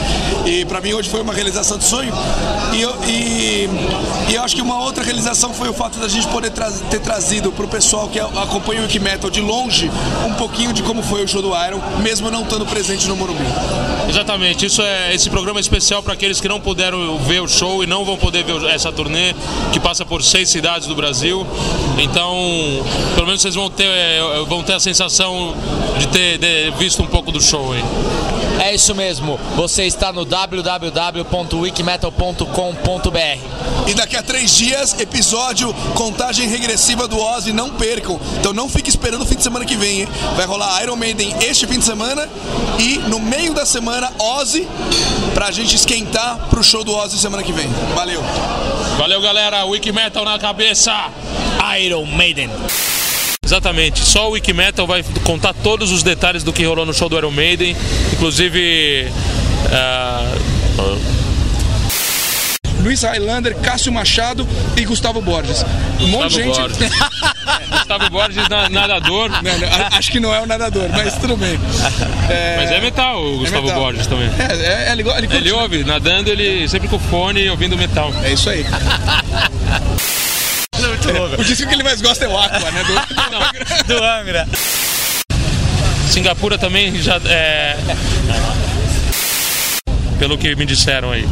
S7: E pra mim hoje foi uma realização de sonho. E eu, e- e eu acho que uma outra realização foi o fato da gente poder tra- ter trazido pro pessoal que a- acompanha o Wiki Metal de longe um pouquinho de como foi o show do Iron, mesmo não estando presente no Morumbi.
S8: Exatamente, isso é esse programa é especial para aqueles que não puderam ver o show e não vão poder ver o- essa turnê que passa por seis cidades do Brasil. Então, pelo menos vocês vão ter é, vão ter a sensação de ter de- visto um pouco do show aí.
S9: É isso mesmo. Você está no www.wikimetal.com.br.
S7: E daqui a três dias, episódio Contagem Regressiva do Ozzy, não percam. Então não fique esperando o fim de semana que vem, hein? Vai rolar Iron Maiden este fim de semana e no meio da semana, Ozzy, pra gente esquentar pro show do Ozzy semana que vem. Valeu!
S8: Valeu, galera. Wiki Metal na cabeça. Iron Maiden. Exatamente, só o Wiki Metal vai contar todos os detalhes do que rolou no show do Iron Maiden, é, inclusive. ah,
S7: Luiz Highlander, Cássio Machado e Gustavo Borges. Um monte de gente.
S8: Gustavo Borges. Gustavo Borges, na- nadador.
S7: Não, não, a- acho que não é o nadador, mas tudo bem.
S8: Mas é metal o Gustavo
S7: metal.
S8: Borges também.
S7: É, é, ele, go- ele
S8: Ele ouve, nadando, ele sempre com fone ouvindo metal.
S7: É isso aí. É, O disco que ele mais gosta é o Aqua, né?
S8: Do, do Angra. Singapura também já é. Pelo que me disseram aí.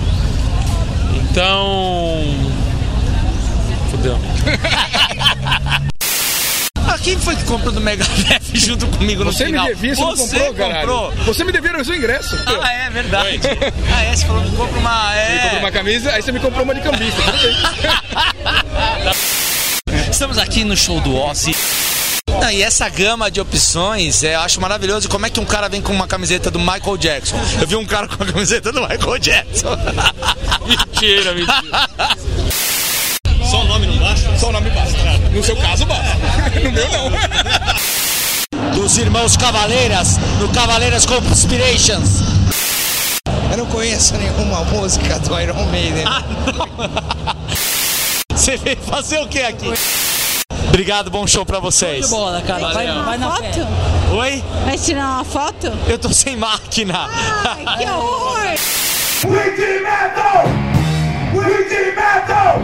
S8: Então. Fudeu.
S9: Ah, quem foi que comprou do Megadeth junto comigo no
S7: Você me
S9: final?
S7: devia, você,
S9: Você
S7: não comprou, caralho.
S9: comprou.
S7: Você me devia o seu ingresso.
S9: Ah, é verdade. ah, é, você falou que compra uma... É...
S7: Você comprou uma camisa, aí você me comprou uma de cambista. Tudo bem.
S9: Estamos aqui no show do Ozzy. Não, e essa gama de opções, é, eu acho maravilhoso. Como é que um cara vem com uma camiseta do Michael Jackson? Eu vi um cara com uma camiseta do Michael Jackson.
S8: mentira, mentira.
S35: Só o nome não basta?
S7: Só o nome basta. No seu caso, basta. No meu, não.
S9: Dos irmãos Cavaleiras, no Cavaleiras Conspirations.
S36: Eu não conheço nenhuma música do Iron Maiden.
S9: Ah, Você veio fazer o que aqui? Obrigado, bom show pra vocês.
S1: bola, cara. Vai, vai na fé.
S9: Oi?
S37: Vai tirar uma foto?
S9: Eu tô sem máquina.
S37: Ai, que horror!
S6: Wiki Metal! Wiki Metal!